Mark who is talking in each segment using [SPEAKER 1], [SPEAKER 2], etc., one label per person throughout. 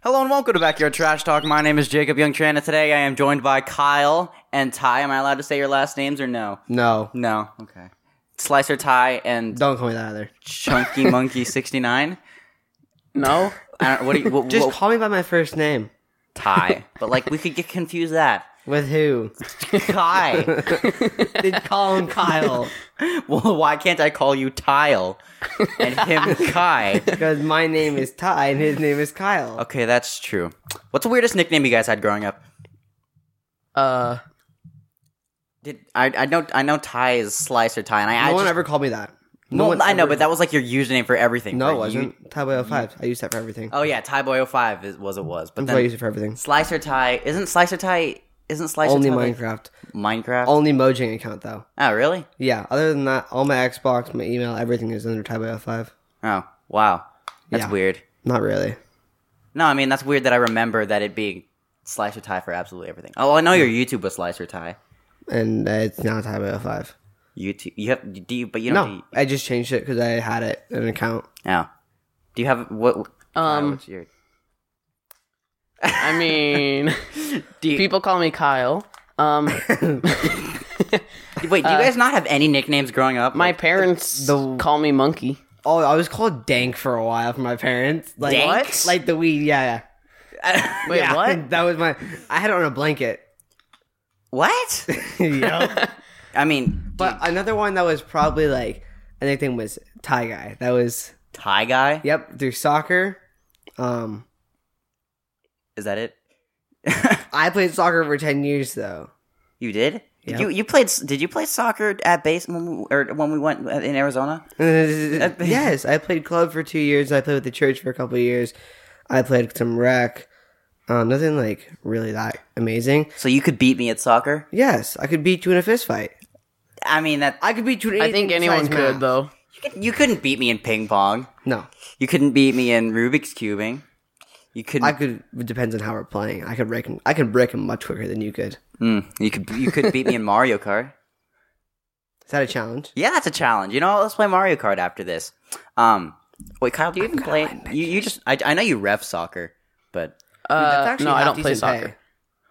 [SPEAKER 1] Hello and welcome to Backyard Trash Talk. My name is Jacob Young Tran, and today I am joined by Kyle and Ty. Am I allowed to say your last names or no?
[SPEAKER 2] No,
[SPEAKER 1] No. Okay. Slicer Ty and
[SPEAKER 2] don't call me that either.
[SPEAKER 1] Chunky Monkey 69.
[SPEAKER 3] No.
[SPEAKER 1] I don't what do you what,
[SPEAKER 2] Just
[SPEAKER 1] what-
[SPEAKER 2] call me by my first name.
[SPEAKER 1] Ty. But like we could get confused that.
[SPEAKER 2] With who?
[SPEAKER 1] Kai.
[SPEAKER 2] They call him Kyle
[SPEAKER 1] well, why can't I call you Tile and him Kai?
[SPEAKER 2] because my name is Ty and his name is Kyle.
[SPEAKER 1] Okay, that's true. What's the weirdest nickname you guys had growing up?
[SPEAKER 3] Uh,
[SPEAKER 1] Did I I know I know Ty is Slicer Ty and I, I
[SPEAKER 2] No one
[SPEAKER 1] just-
[SPEAKER 2] ever called me that.
[SPEAKER 1] well,
[SPEAKER 2] one's
[SPEAKER 1] I know,
[SPEAKER 2] ever-
[SPEAKER 1] but that was like your username for everything.
[SPEAKER 2] no, it
[SPEAKER 1] right? You-
[SPEAKER 2] wasn't. Ty Boy 05. I used that for everything.
[SPEAKER 1] Oh yeah, Ty Boy 05 is, was it was, but
[SPEAKER 2] That's why I
[SPEAKER 1] then
[SPEAKER 2] used it for everything.
[SPEAKER 1] Slicer Ty isn't Slicer Ty isn't Slicer
[SPEAKER 2] Only
[SPEAKER 1] Ty like-
[SPEAKER 2] Minecraft.
[SPEAKER 1] Minecraft.
[SPEAKER 2] Only Mojang account though.
[SPEAKER 1] oh really?
[SPEAKER 2] Yeah. Other than that, all my Xbox, my email, everything is under Ty Boy 05.
[SPEAKER 1] Oh wow, that's
[SPEAKER 2] Yeah.
[SPEAKER 1] weird.
[SPEAKER 2] Not really.
[SPEAKER 1] No, I mean that's weird that I remember that it being Slicer Ty for absolutely everything. Oh, I know your YouTube was Slicer Ty.
[SPEAKER 2] And uh, it's now Ty Boy 05.
[SPEAKER 1] YouTube, you have do you, but you don't.
[SPEAKER 2] No, I just changed it because I had it an account.
[SPEAKER 1] Do, oh, do you have what? Um,
[SPEAKER 3] Um,
[SPEAKER 1] what's your,
[SPEAKER 3] I mean,
[SPEAKER 1] do you,
[SPEAKER 3] people call me Kyle. Um,
[SPEAKER 1] wait, do you guys not have any nicknames growing up?
[SPEAKER 3] my
[SPEAKER 1] Like,
[SPEAKER 3] parents
[SPEAKER 2] The-
[SPEAKER 3] call me Monkey.
[SPEAKER 2] Oh, I was called Dank for a while from my parents. Like
[SPEAKER 1] Dank?
[SPEAKER 2] what? Like the weed? Yeah, yeah.
[SPEAKER 3] Wait,
[SPEAKER 2] Yeah,
[SPEAKER 3] what?
[SPEAKER 2] That was my. I had it on a blanket.
[SPEAKER 1] what?
[SPEAKER 2] Yep.
[SPEAKER 1] I mean,
[SPEAKER 2] but another one that was probably like I think thing was Thai guy. That was
[SPEAKER 1] Thai guy.
[SPEAKER 2] yep through soccer. Um,
[SPEAKER 1] Is that it?
[SPEAKER 2] I played soccer for ten years though.
[SPEAKER 1] You did.
[SPEAKER 2] Yep.
[SPEAKER 1] You you played? s- Did you play soccer at base when we, or when we went uh, in Arizona?
[SPEAKER 2] yes, I played club for two years. I played with the church for a couple of years. I played some rec. Um, nothing like really that amazing.
[SPEAKER 1] So you could beat me at soccer.
[SPEAKER 2] Yes, I could beat you in a fist fight.
[SPEAKER 1] I mean that
[SPEAKER 2] I could beat you. In
[SPEAKER 3] I think anyone could
[SPEAKER 2] though.
[SPEAKER 3] though.
[SPEAKER 1] you couldn't beat me in ping pong.
[SPEAKER 2] No,
[SPEAKER 1] You couldn't beat me in Rubik's cubing. You couldn't.
[SPEAKER 2] I could. It depends on how we're playing. I could break him. I could break him much quicker than you could.
[SPEAKER 1] Mm, you could. You could beat me in Mario Kart.
[SPEAKER 2] Is that a challenge?
[SPEAKER 1] Yeah, that's a challenge. You know, what? let's play Mario Kart after this. Um, wait, Kyle, do you even play? You, you just. I, I know you ref soccer, but
[SPEAKER 3] Uh, no, I
[SPEAKER 2] half
[SPEAKER 3] don't play
[SPEAKER 2] decent pay.
[SPEAKER 3] soccer.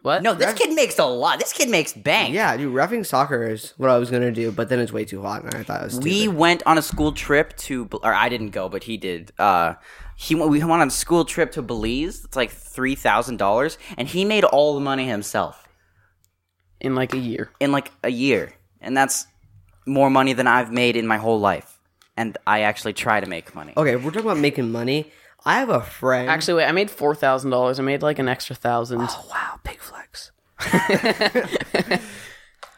[SPEAKER 3] What?
[SPEAKER 1] no, this kid makes a lot. This kid makes bank.
[SPEAKER 2] Yeah, dude, roughing soccer is what I was gonna do, but then it's way too hot, and I thought it was. Stupid.
[SPEAKER 1] we went on a school trip to or i didn't go but he did uh he went, we went on a school trip to belize it's like $3000 and he made all the money himself
[SPEAKER 3] in like a year.
[SPEAKER 1] in like a year and that's more money than i've made in my whole life and i actually try to make
[SPEAKER 3] Oh.
[SPEAKER 1] money
[SPEAKER 2] okay, we're talking about making money. I have a friend.
[SPEAKER 3] Actually, oh, wait. I made four thousand dollars. I made like an extra thousand.
[SPEAKER 2] wow, big flex.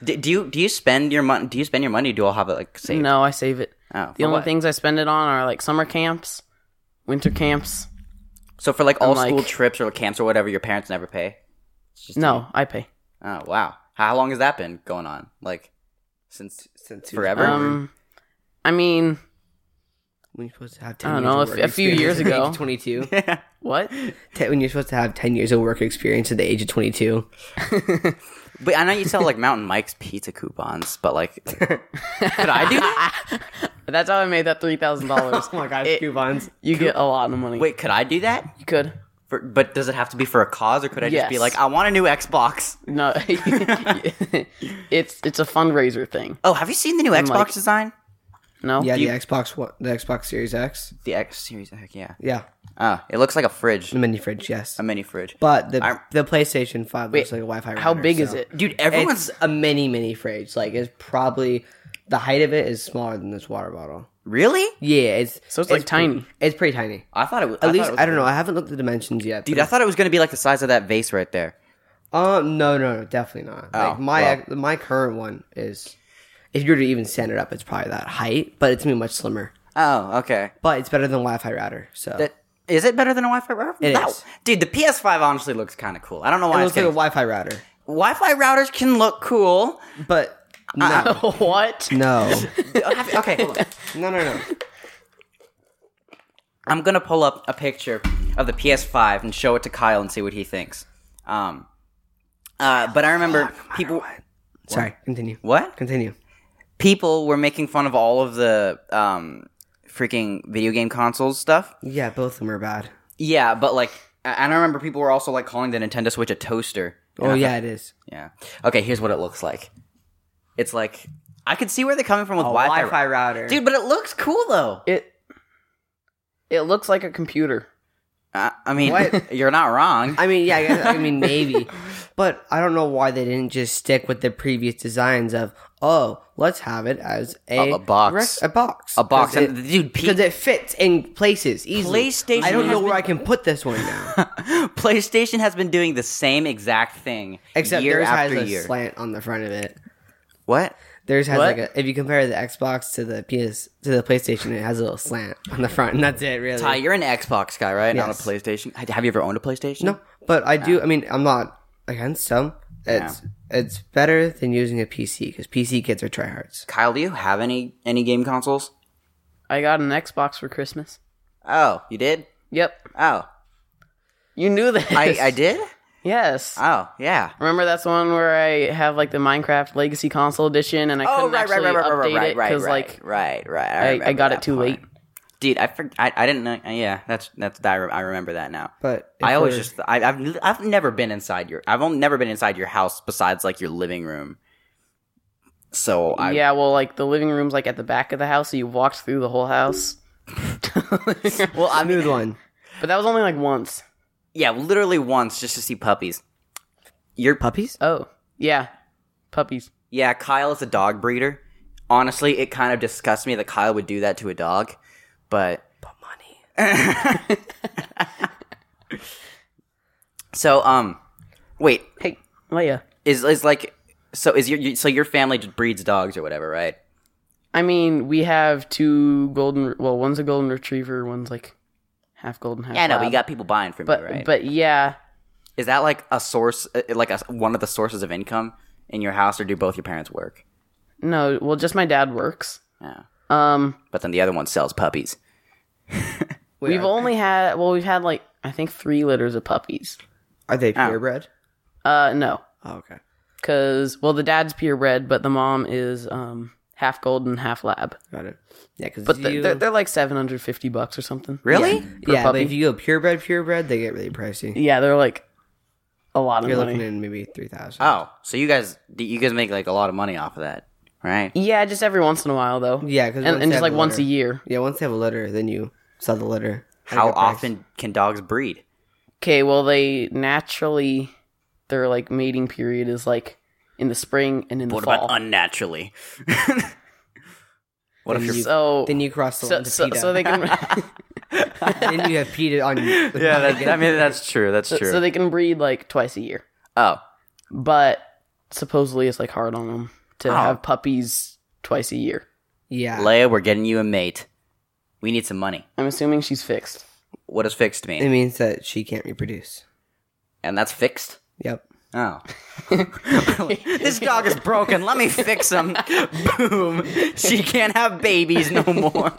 [SPEAKER 1] D- do you do you spend your money do you spend your money do you all have it like saved
[SPEAKER 3] no, I save it.
[SPEAKER 1] oh,
[SPEAKER 3] The
[SPEAKER 1] for
[SPEAKER 3] only
[SPEAKER 1] what?
[SPEAKER 3] things I spend it on are like summer camps, winter camps.
[SPEAKER 1] so for like all
[SPEAKER 3] like-
[SPEAKER 1] school trips or camps or whatever your parents never pay
[SPEAKER 3] No, I pay.
[SPEAKER 1] oh wow how long has that been going on like since
[SPEAKER 2] Since
[SPEAKER 1] forever
[SPEAKER 3] Um, I mean,
[SPEAKER 2] when you're supposed to have ten.
[SPEAKER 3] I don't
[SPEAKER 2] years
[SPEAKER 3] know,
[SPEAKER 2] of
[SPEAKER 3] a f-
[SPEAKER 2] work
[SPEAKER 3] a few
[SPEAKER 2] experience
[SPEAKER 3] years
[SPEAKER 2] at the age
[SPEAKER 3] ago.
[SPEAKER 2] of twenty-two.
[SPEAKER 3] what?
[SPEAKER 2] Te- when you're supposed to have ten years of work experience at the age of twenty-two.
[SPEAKER 1] But I know you sell like Mountain Mike's pizza coupons, but like, could I do that?
[SPEAKER 3] That's how I made that three thousand dollars.
[SPEAKER 2] Oh my gosh,
[SPEAKER 3] It-
[SPEAKER 2] coupons.
[SPEAKER 3] You get a lot of money.
[SPEAKER 1] Wait, could I do that?
[SPEAKER 3] you could.
[SPEAKER 1] For, but does it have to be for a cause, or could I just be
[SPEAKER 3] Yes.
[SPEAKER 1] like, I want a new Xbox?
[SPEAKER 3] No, it's it's a fundraiser thing.
[SPEAKER 1] Oh, have you seen the new Xbox
[SPEAKER 3] like-
[SPEAKER 1] design?
[SPEAKER 3] No,
[SPEAKER 2] Yeah,
[SPEAKER 1] you-
[SPEAKER 2] the Xbox One, the Xbox Series X.
[SPEAKER 1] The X Series, heck yeah.
[SPEAKER 2] Yeah,
[SPEAKER 1] Oh, it looks like a fridge,
[SPEAKER 2] the mini fridge. Yes,
[SPEAKER 1] a mini fridge.
[SPEAKER 2] but the
[SPEAKER 1] I'm-
[SPEAKER 2] the PlayStation Five looks like a Wi-Fi.
[SPEAKER 3] how
[SPEAKER 2] router,
[SPEAKER 3] big is
[SPEAKER 2] so-
[SPEAKER 3] it?
[SPEAKER 1] Dude, everyone's
[SPEAKER 2] It's a mini mini fridge. Like it's probably the height of it is smaller than this water bottle.
[SPEAKER 1] really?
[SPEAKER 2] Yeah, it's
[SPEAKER 3] So it's,
[SPEAKER 2] pretty-
[SPEAKER 3] like, tiny.
[SPEAKER 2] it's pretty tiny.
[SPEAKER 1] I thought it was.
[SPEAKER 2] At least
[SPEAKER 1] was
[SPEAKER 2] I don't know. I haven't looked at the dimensions yet.
[SPEAKER 1] Dude, I thought it was gonna be like the size of that vase right there.
[SPEAKER 2] um, no, no, no, definitely not. like
[SPEAKER 1] Oh,
[SPEAKER 2] my
[SPEAKER 1] well.
[SPEAKER 2] ex- my current one is, if you were to even stand it up, it's probably that height, but it's gonna be much slimmer.
[SPEAKER 1] Oh, okay.
[SPEAKER 2] But it's better than Wi-Fi router. So
[SPEAKER 1] That is it better than a Wi-Fi router?
[SPEAKER 2] It
[SPEAKER 1] No.
[SPEAKER 2] is.
[SPEAKER 1] Dude, the PS5 honestly looks kind of cool. I don't know
[SPEAKER 2] it
[SPEAKER 1] why it's
[SPEAKER 2] looks like a
[SPEAKER 1] getting...
[SPEAKER 2] Wi-Fi router,
[SPEAKER 1] Wi-Fi routers can look cool.
[SPEAKER 2] but no,
[SPEAKER 3] what?
[SPEAKER 2] no,
[SPEAKER 1] okay, hold on.
[SPEAKER 2] no, no, no.
[SPEAKER 1] I'm gonna pull up a picture of the PS5 and show it to Kyle and see what he thinks. Um, uh, but I remember people.
[SPEAKER 2] Sorry, continue.
[SPEAKER 1] What?
[SPEAKER 2] Continue.
[SPEAKER 1] People were making fun of all of the um, freaking video game consoles stuff.
[SPEAKER 2] Yeah, both of them are bad.
[SPEAKER 1] Yeah, but like A- And I remember people were also like calling the Nintendo Switch a toaster.
[SPEAKER 2] Oh yeah, it is.
[SPEAKER 1] Yeah. Okay, here's what it looks like. It's like I could see where they're coming from with
[SPEAKER 2] A
[SPEAKER 1] Wi-Fi.
[SPEAKER 2] Wi-Fi router,
[SPEAKER 1] Dude, but it looks cool though.
[SPEAKER 3] It it looks like a computer.
[SPEAKER 1] I, I mean,
[SPEAKER 2] What?
[SPEAKER 1] you're not wrong.
[SPEAKER 2] I mean, yeah, I, guess, I mean maybe, but I don't know why they didn't just stick with the previous designs of oh, let's have it as a,
[SPEAKER 1] A- a box.
[SPEAKER 2] rec- a box,
[SPEAKER 1] a box,
[SPEAKER 2] Because
[SPEAKER 1] and
[SPEAKER 2] it-
[SPEAKER 1] dude, P-
[SPEAKER 2] because it fits in places easily.
[SPEAKER 1] PlayStation
[SPEAKER 2] I don't know
[SPEAKER 1] has
[SPEAKER 2] where I can put this one now,
[SPEAKER 1] PlayStation has been doing the same exact thing
[SPEAKER 2] except
[SPEAKER 1] year
[SPEAKER 2] yours has
[SPEAKER 1] after
[SPEAKER 2] a
[SPEAKER 1] year.
[SPEAKER 2] slant on the front of it.
[SPEAKER 1] what?
[SPEAKER 2] Theirs has like
[SPEAKER 3] What?
[SPEAKER 2] a, if you compare the Xbox to the PS to the PlayStation, it has a little slant on the front, and that's it really.
[SPEAKER 1] Ty, Uh, you're an Xbox guy, right? Not
[SPEAKER 2] Yes.
[SPEAKER 1] a PlayStation. Ha- Have you ever owned a PlayStation?
[SPEAKER 2] No, but I do. I mean, I'm not against some. It's it's better than using a PC because PC kids are tryhards.
[SPEAKER 1] Kyle, do you have any any game consoles?
[SPEAKER 3] I got an Xbox for Christmas.
[SPEAKER 1] Oh, you did?
[SPEAKER 3] Yep.
[SPEAKER 1] Oh,
[SPEAKER 3] You knew that.
[SPEAKER 1] I, I did.
[SPEAKER 3] Yes.
[SPEAKER 1] Oh, yeah.
[SPEAKER 3] Remember that's the one where I have like the Minecraft Legacy Console Edition, and I
[SPEAKER 1] Oh,
[SPEAKER 3] couldn't
[SPEAKER 1] right, right,
[SPEAKER 3] actually
[SPEAKER 1] right, right, right,
[SPEAKER 3] update
[SPEAKER 1] right,
[SPEAKER 3] it
[SPEAKER 1] right,
[SPEAKER 3] because
[SPEAKER 1] right,
[SPEAKER 3] like
[SPEAKER 1] right, right.
[SPEAKER 3] I, I
[SPEAKER 1] remember
[SPEAKER 3] got it
[SPEAKER 1] that
[SPEAKER 3] too
[SPEAKER 1] part.
[SPEAKER 3] late.
[SPEAKER 1] dude. I, for, I I didn't know. uh, Yeah, that's that's I, re- I remember that now.
[SPEAKER 2] But if
[SPEAKER 1] I always
[SPEAKER 2] we're-
[SPEAKER 1] just I, I've I've never been inside your I've only never been inside your house besides like your living room. So I
[SPEAKER 3] yeah, well, like the living room's like at the back of the house, so you walked through the whole house. but
[SPEAKER 1] well I mean
[SPEAKER 2] smooth one.
[SPEAKER 3] that was only like once.
[SPEAKER 1] yeah literally once just to see puppies. Your
[SPEAKER 2] Puppies?
[SPEAKER 3] Oh, yeah, puppies.
[SPEAKER 1] yeah Kyle is a dog breeder. Honestly, it kind of disgusts me that Kyle would do that to a dog, but
[SPEAKER 2] But money.
[SPEAKER 1] so um wait
[SPEAKER 3] Hey, Leia.
[SPEAKER 1] is is like so is your you- so your family just breeds dogs or whatever right?
[SPEAKER 3] I mean, we have two golden. Well, one's a golden retriever, one's like half golden, half.
[SPEAKER 1] Yeah, no,
[SPEAKER 3] lab.
[SPEAKER 1] we got people buying from
[SPEAKER 3] But
[SPEAKER 1] you, right?
[SPEAKER 3] but yeah,
[SPEAKER 1] Is that like a source, uh, like a, one of the sources of income in your house, or do both your parents work?
[SPEAKER 3] no. Well, just my dad works.
[SPEAKER 1] Yeah.
[SPEAKER 3] Um,
[SPEAKER 1] But then the other one sells puppies.
[SPEAKER 2] Wait,
[SPEAKER 3] we've
[SPEAKER 2] are,
[SPEAKER 3] only had well, we've had like I think three litters of puppies.
[SPEAKER 2] are they
[SPEAKER 3] Oh.
[SPEAKER 2] purebred?
[SPEAKER 3] Uh, no,
[SPEAKER 2] Oh, okay.
[SPEAKER 3] because well, the dad's purebred, but the mom is um half golden, half lab.
[SPEAKER 2] Got it. Yeah, because
[SPEAKER 3] But they're, they're, they're like seven hundred fifty bucks or something.
[SPEAKER 1] Really?
[SPEAKER 2] yeah, but
[SPEAKER 3] puppy.
[SPEAKER 2] if you go purebred, purebred, they get really pricey.
[SPEAKER 3] Yeah, they're like a lot of
[SPEAKER 2] You're
[SPEAKER 3] money. Uh,
[SPEAKER 2] looking at maybe three thousand.
[SPEAKER 1] Oh, so you guys, you guys make like a lot of money off of that, right?
[SPEAKER 3] yeah, just every once in a while though.
[SPEAKER 2] Yeah, 'cause once
[SPEAKER 3] and, and
[SPEAKER 2] they
[SPEAKER 3] just
[SPEAKER 2] have
[SPEAKER 3] like
[SPEAKER 2] a
[SPEAKER 3] once a
[SPEAKER 2] litter.
[SPEAKER 3] year.
[SPEAKER 2] Yeah, once they have a litter, then you sell the litter. at a
[SPEAKER 1] How
[SPEAKER 2] good price.
[SPEAKER 1] often can dogs breed?
[SPEAKER 3] Okay, well they naturally their like mating period is like in the spring and in the
[SPEAKER 1] What
[SPEAKER 3] fall.
[SPEAKER 1] about unnaturally? what if you're?
[SPEAKER 3] so
[SPEAKER 2] Then you cross the
[SPEAKER 3] so,
[SPEAKER 2] line to
[SPEAKER 3] so,
[SPEAKER 2] PETA.
[SPEAKER 3] so they can
[SPEAKER 2] then you have PETA on.
[SPEAKER 1] Yeah, that, I mean that's true. That's true.
[SPEAKER 3] so they can breed like twice a year.
[SPEAKER 1] oh,
[SPEAKER 3] but supposedly it's like hard on them to have puppies twice a year.
[SPEAKER 2] yeah.
[SPEAKER 1] Leia, we're getting you a mate. We need some money.
[SPEAKER 3] I'm assuming she's fixed.
[SPEAKER 1] What does fixed
[SPEAKER 2] it
[SPEAKER 1] mean?
[SPEAKER 2] means that she can't reproduce.
[SPEAKER 1] And that's fixed.
[SPEAKER 2] Yep.
[SPEAKER 1] Oh. this dog is broken. Let me fix him. Boom. She can't have babies no more.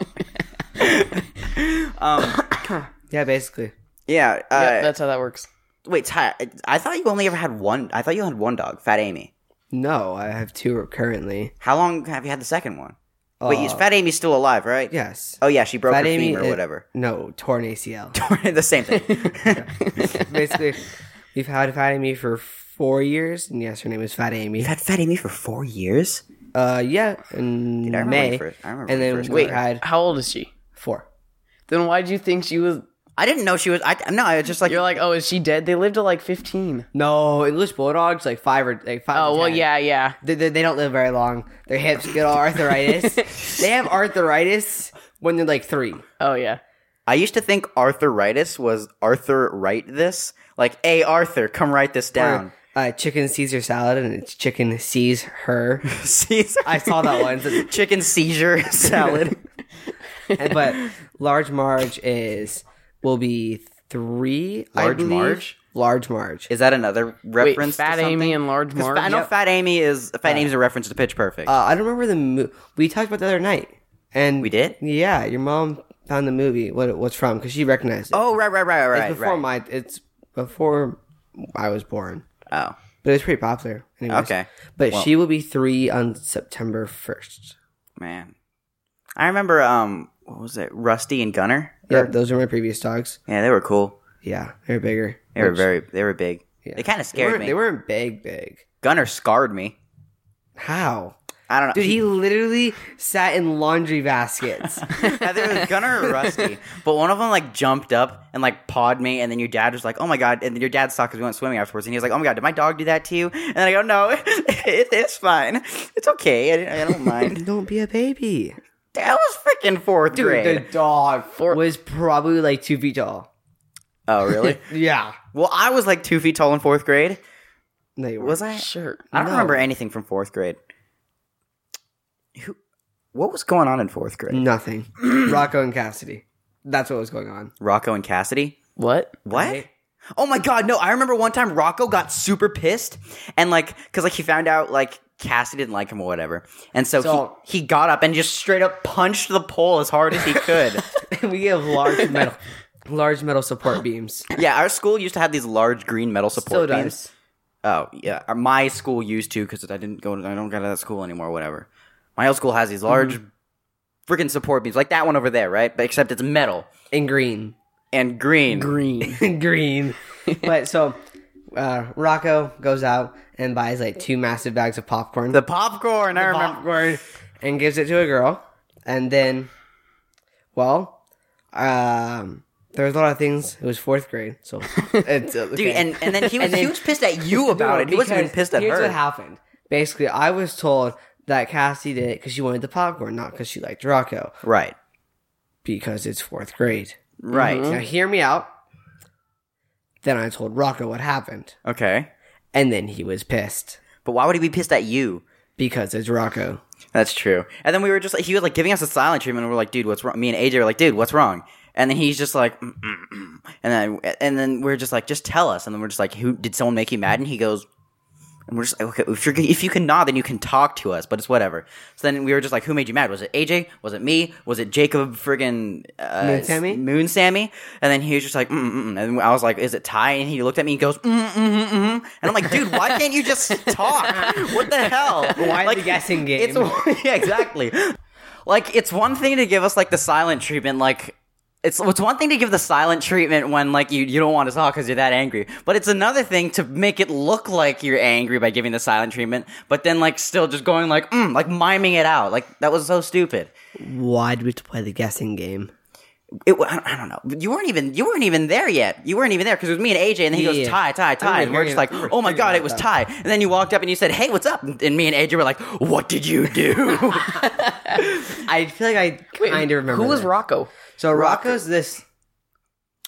[SPEAKER 2] Yeah, basically.
[SPEAKER 1] Yeah. Uh,
[SPEAKER 3] Yep, that's how that works.
[SPEAKER 1] wait, Ty, I thought you only ever had one. I thought you had one dog, Fat Amy.
[SPEAKER 2] No, I have two currently.
[SPEAKER 1] How long have you had the second one? wait, you- Fat Amy's still alive, right?
[SPEAKER 2] Yes.
[SPEAKER 1] Oh, yeah, she broke
[SPEAKER 2] Uh, Fat
[SPEAKER 1] her
[SPEAKER 2] Amy
[SPEAKER 1] femur or
[SPEAKER 2] it-
[SPEAKER 1] whatever.
[SPEAKER 2] No, torn ACL.
[SPEAKER 1] the same thing.
[SPEAKER 2] basically, we've had Fat Amy for four years, and yes, her name is Fat Amy.
[SPEAKER 1] You had Fat Amy for four years?
[SPEAKER 2] Uh, yeah, in
[SPEAKER 1] I remember
[SPEAKER 2] May.
[SPEAKER 1] when you first- I remember
[SPEAKER 2] and
[SPEAKER 1] when you
[SPEAKER 2] then
[SPEAKER 1] first
[SPEAKER 2] we
[SPEAKER 1] met her.
[SPEAKER 2] had
[SPEAKER 3] How old is she?
[SPEAKER 2] four.
[SPEAKER 3] Then why do you think she was?
[SPEAKER 1] I didn't know she was. I no, I was just like
[SPEAKER 3] You're like, oh, is she dead? They lived to like 15.
[SPEAKER 2] No, English bulldogs like five or like five.
[SPEAKER 3] Oh
[SPEAKER 2] to
[SPEAKER 3] well,
[SPEAKER 2] 10.
[SPEAKER 3] yeah, yeah.
[SPEAKER 2] They, they, they don't live very long. Their hips get all arthritis. they have arthritis when they're like three.
[SPEAKER 3] Oh yeah.
[SPEAKER 1] I used to think arthritis was Arthur write this, like, hey Arthur, come write this down.
[SPEAKER 2] Uh, chicken Caesar salad, and it's chicken sees her.
[SPEAKER 1] Caesar.
[SPEAKER 2] I saw that once.
[SPEAKER 1] chicken seizure salad.
[SPEAKER 2] And- but large Marge is will be three. I
[SPEAKER 1] Large
[SPEAKER 2] believe.
[SPEAKER 1] Marge?
[SPEAKER 2] Large Marge. Uh,
[SPEAKER 1] Is that another
[SPEAKER 3] Wait,
[SPEAKER 1] reference?
[SPEAKER 3] Fat
[SPEAKER 1] to
[SPEAKER 3] Amy and Large Marge.
[SPEAKER 1] I know Fat Amy is Fat Amy's a reference to Pitch Perfect.
[SPEAKER 2] Uh, I don't remember the movie. We talked about the other night, and
[SPEAKER 1] we did.
[SPEAKER 2] Yeah, your mom found the movie. What it was from? Because she recognized it.
[SPEAKER 1] Oh right, right, right, right,
[SPEAKER 2] it's before
[SPEAKER 1] right.
[SPEAKER 2] my. It's before I was born,
[SPEAKER 1] oh,
[SPEAKER 2] but it was pretty popular. Anyways.
[SPEAKER 1] Okay.
[SPEAKER 2] but she will be three on September first.
[SPEAKER 1] man. I remember. Um, what was it? Rusty and Gunner.
[SPEAKER 2] Yep, those are my previous dogs.
[SPEAKER 1] Yeah, they were cool.
[SPEAKER 2] Yeah, they were bigger.
[SPEAKER 1] They were
[SPEAKER 2] Which-
[SPEAKER 1] very they were big.
[SPEAKER 2] Yeah.
[SPEAKER 1] They kind of
[SPEAKER 2] They
[SPEAKER 1] scared
[SPEAKER 2] weren't,
[SPEAKER 1] me.
[SPEAKER 2] they weren't big, big.
[SPEAKER 1] Gunner scarred me.
[SPEAKER 2] How?
[SPEAKER 1] I don't know.
[SPEAKER 2] Dude, he literally sat in laundry baskets.
[SPEAKER 1] Either it was Gunner or Rusty, but one of them like jumped up and like pawed me, and then your dad was like, "Oh my god!" And then your dad saw because we went swimming afterwards, and he was like, "Oh my god, did my dog do that to you?" And I go, "No, it, it's fine. It's okay. I, didn't- I don't mind."
[SPEAKER 2] Don't be a baby.
[SPEAKER 1] that was freaking fourth
[SPEAKER 2] Dude,
[SPEAKER 1] grade.
[SPEAKER 2] the dog was probably like two feet tall.
[SPEAKER 1] Oh really?
[SPEAKER 2] Yeah.
[SPEAKER 1] well, I was like two feet tall in fourth grade.
[SPEAKER 2] No, you
[SPEAKER 1] Was I?
[SPEAKER 3] Sure.
[SPEAKER 1] I don't
[SPEAKER 2] No.
[SPEAKER 1] remember anything from fourth grade. Who? What was going on in fourth grade?
[SPEAKER 2] weren't. nothing. Rocco and Cassidy. That's what was going on.
[SPEAKER 1] Rocco and Cassidy.
[SPEAKER 3] What?
[SPEAKER 1] What?
[SPEAKER 2] Right?
[SPEAKER 1] Oh my god, no. I remember one time Rocco got super pissed and like cuz like he found out like Cassidy didn't like him or whatever. And so,
[SPEAKER 2] So-
[SPEAKER 1] he, he got up and just straight up punched the pole as hard as he could.
[SPEAKER 2] we have large metal, large metal support beams.
[SPEAKER 1] yeah, our school used to have these large green metal
[SPEAKER 2] Still
[SPEAKER 1] support beams.
[SPEAKER 2] does.
[SPEAKER 1] Oh, yeah. uh, My school used to cuz I didn't go I don't go to that school anymore or whatever. My old school has these
[SPEAKER 2] Mm-hmm.
[SPEAKER 1] large freaking support beams like that one over there, right? But except it's metal
[SPEAKER 2] In green.
[SPEAKER 1] and green.
[SPEAKER 3] Green.
[SPEAKER 2] green. but so uh, Rocco goes out and buys like two massive bags of popcorn.
[SPEAKER 1] The popcorn, I remember.
[SPEAKER 2] popcorn and gives it to a girl. And then, well, um, there was a lot of things. It was fourth grade, so it's, okay.
[SPEAKER 1] Dude, and, and then he was,
[SPEAKER 2] And then-
[SPEAKER 1] he was pissed at you about
[SPEAKER 2] No,
[SPEAKER 1] it. He wasn't even
[SPEAKER 2] because
[SPEAKER 1] pissed at
[SPEAKER 2] here's
[SPEAKER 1] her.
[SPEAKER 2] what happened. Basically, I was told that Cassie did it because she wanted the popcorn, not because she liked Rocco,
[SPEAKER 1] Right.
[SPEAKER 2] because it's fourth grade.
[SPEAKER 1] Right.
[SPEAKER 2] Now, hear me out. Then I told Rocco what happened,
[SPEAKER 1] Okay.
[SPEAKER 2] and then he was pissed
[SPEAKER 1] But why would he be pissed at you?
[SPEAKER 2] because it's Rocco.
[SPEAKER 1] That's true. And then we were just like, he was like giving us a silent treatment. And we're like, dude, what's wrong? Me and AJ were like, dude, what's wrong? And then he's just like, mm, mm, mm. and then and then we're just like, just tell us. And then we're just like, who did someone make you mad? And he goes, and we're just like, okay, if, you're, if you can nod, then you can talk to us. But it's whatever. So then we were just like, who made you mad? Was it AJ? Was it me? Was it Jacob friggin' uh,
[SPEAKER 2] Moon Sammy?
[SPEAKER 1] Moon Sammy? And then he was just like, mm, mm, mm. and I was like, is it Ty? And he looked at me and goes, mm, mm, mm, mm. and I'm like, dude, why can't you just talk? What the hell?
[SPEAKER 2] Why
[SPEAKER 1] like,
[SPEAKER 2] the guessing game?
[SPEAKER 1] it's yeah, exactly. like it's one thing to give us like the silent treatment, like. It's, it's one thing to give the silent treatment when like you, you don't want to talk because you're that angry, but it's another thing to make it look like you're angry by giving the silent treatment, but then like still just going like mm, like miming it out like that was so stupid.
[SPEAKER 2] Why did we have to play the guessing game?
[SPEAKER 1] It wa- I don't- I don't know you weren't even you weren't even there yet you weren't even there because it was me and AJ and then he
[SPEAKER 2] Yeah.
[SPEAKER 1] goes tie tie tie
[SPEAKER 2] I
[SPEAKER 1] and we're
[SPEAKER 2] hear
[SPEAKER 1] just like
[SPEAKER 2] you.
[SPEAKER 1] oh my
[SPEAKER 2] Figure
[SPEAKER 1] god
[SPEAKER 2] it
[SPEAKER 1] it was
[SPEAKER 2] out.
[SPEAKER 1] tie and then you walked up and you said hey what's up and me and AJ were like what did you do
[SPEAKER 2] I feel like I kind of remember.
[SPEAKER 3] Who was
[SPEAKER 2] that.
[SPEAKER 3] Rocco?
[SPEAKER 2] So Rocco's this.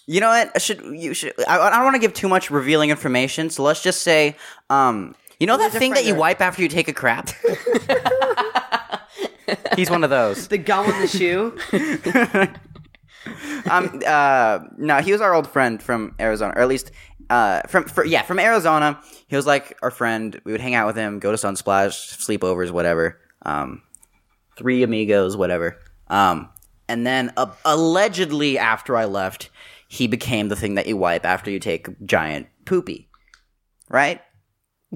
[SPEAKER 1] You know what? I should you should? I, I don't want to give too much revealing information, so let's just say, um, you know that
[SPEAKER 2] there's a
[SPEAKER 1] thing that you
[SPEAKER 2] friend there.
[SPEAKER 1] wipe after you take a crap. He's one of those.
[SPEAKER 2] The gum on the shoe.
[SPEAKER 1] Um, uh, no, he was our old friend from Arizona, or at least, uh, from for, yeah, from Arizona. He was like our friend. We would hang out with him, go to Sunsplash, sleepovers, whatever. Um, three amigos, whatever. Um, and then uh, allegedly after I left, he became the thing that you wipe after you take a giant poopy, right?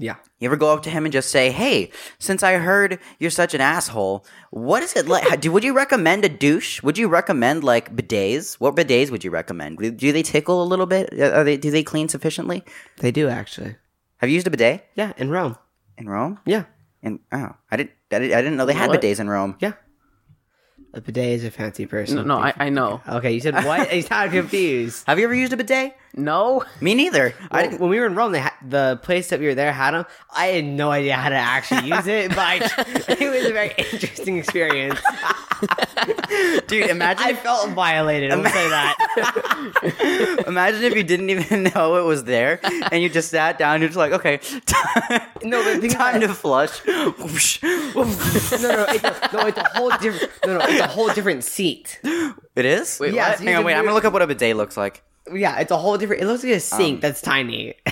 [SPEAKER 2] yeah.
[SPEAKER 1] You ever go up to him and just say, "Hey, since I heard you're such an asshole, what is it like? Do would you recommend a douche? Would you recommend like bidets? What bidets would you recommend? Do- Do they tickle a little bit? Are they do they clean sufficiently?
[SPEAKER 2] They do actually.
[SPEAKER 1] Have you used a bidet
[SPEAKER 2] Yeah, in Rome.
[SPEAKER 1] in Rome?
[SPEAKER 2] Yeah.
[SPEAKER 1] And oh, I didn't I didn't, I didn't know they had
[SPEAKER 3] What?
[SPEAKER 1] bidets in Rome.
[SPEAKER 2] Yeah. A bidet is a fancy person.
[SPEAKER 3] No, no I, I know.
[SPEAKER 2] Okay, you said what? I sound confused.
[SPEAKER 1] Have you ever used a bidet?
[SPEAKER 3] No?
[SPEAKER 1] Me neither. I
[SPEAKER 2] I
[SPEAKER 1] didn't.
[SPEAKER 2] didn't, when we were in Rome, they had, the place that we were there had them. I had no idea how to actually use it, but I, it was a very interesting experience.
[SPEAKER 1] Dude, imagine
[SPEAKER 2] I felt violated. I'll say that.
[SPEAKER 1] if, imagine if you didn't even know it was there and you just sat down and you're just like, okay,
[SPEAKER 2] No, but think
[SPEAKER 1] time
[SPEAKER 2] about it.
[SPEAKER 1] to flush. Whoosh, whoosh.
[SPEAKER 2] No, no, it's a, no, it's a whole different. No, no, it's a whole different seat.
[SPEAKER 1] It is?
[SPEAKER 3] Wait,
[SPEAKER 2] Yeah,
[SPEAKER 3] what?
[SPEAKER 2] so you
[SPEAKER 1] Hang on,
[SPEAKER 2] can
[SPEAKER 1] wait. I'm
[SPEAKER 2] do-
[SPEAKER 1] gonna look up what a bidet looks like.
[SPEAKER 2] Yeah, it's a whole different. It looks like a sink that's tiny.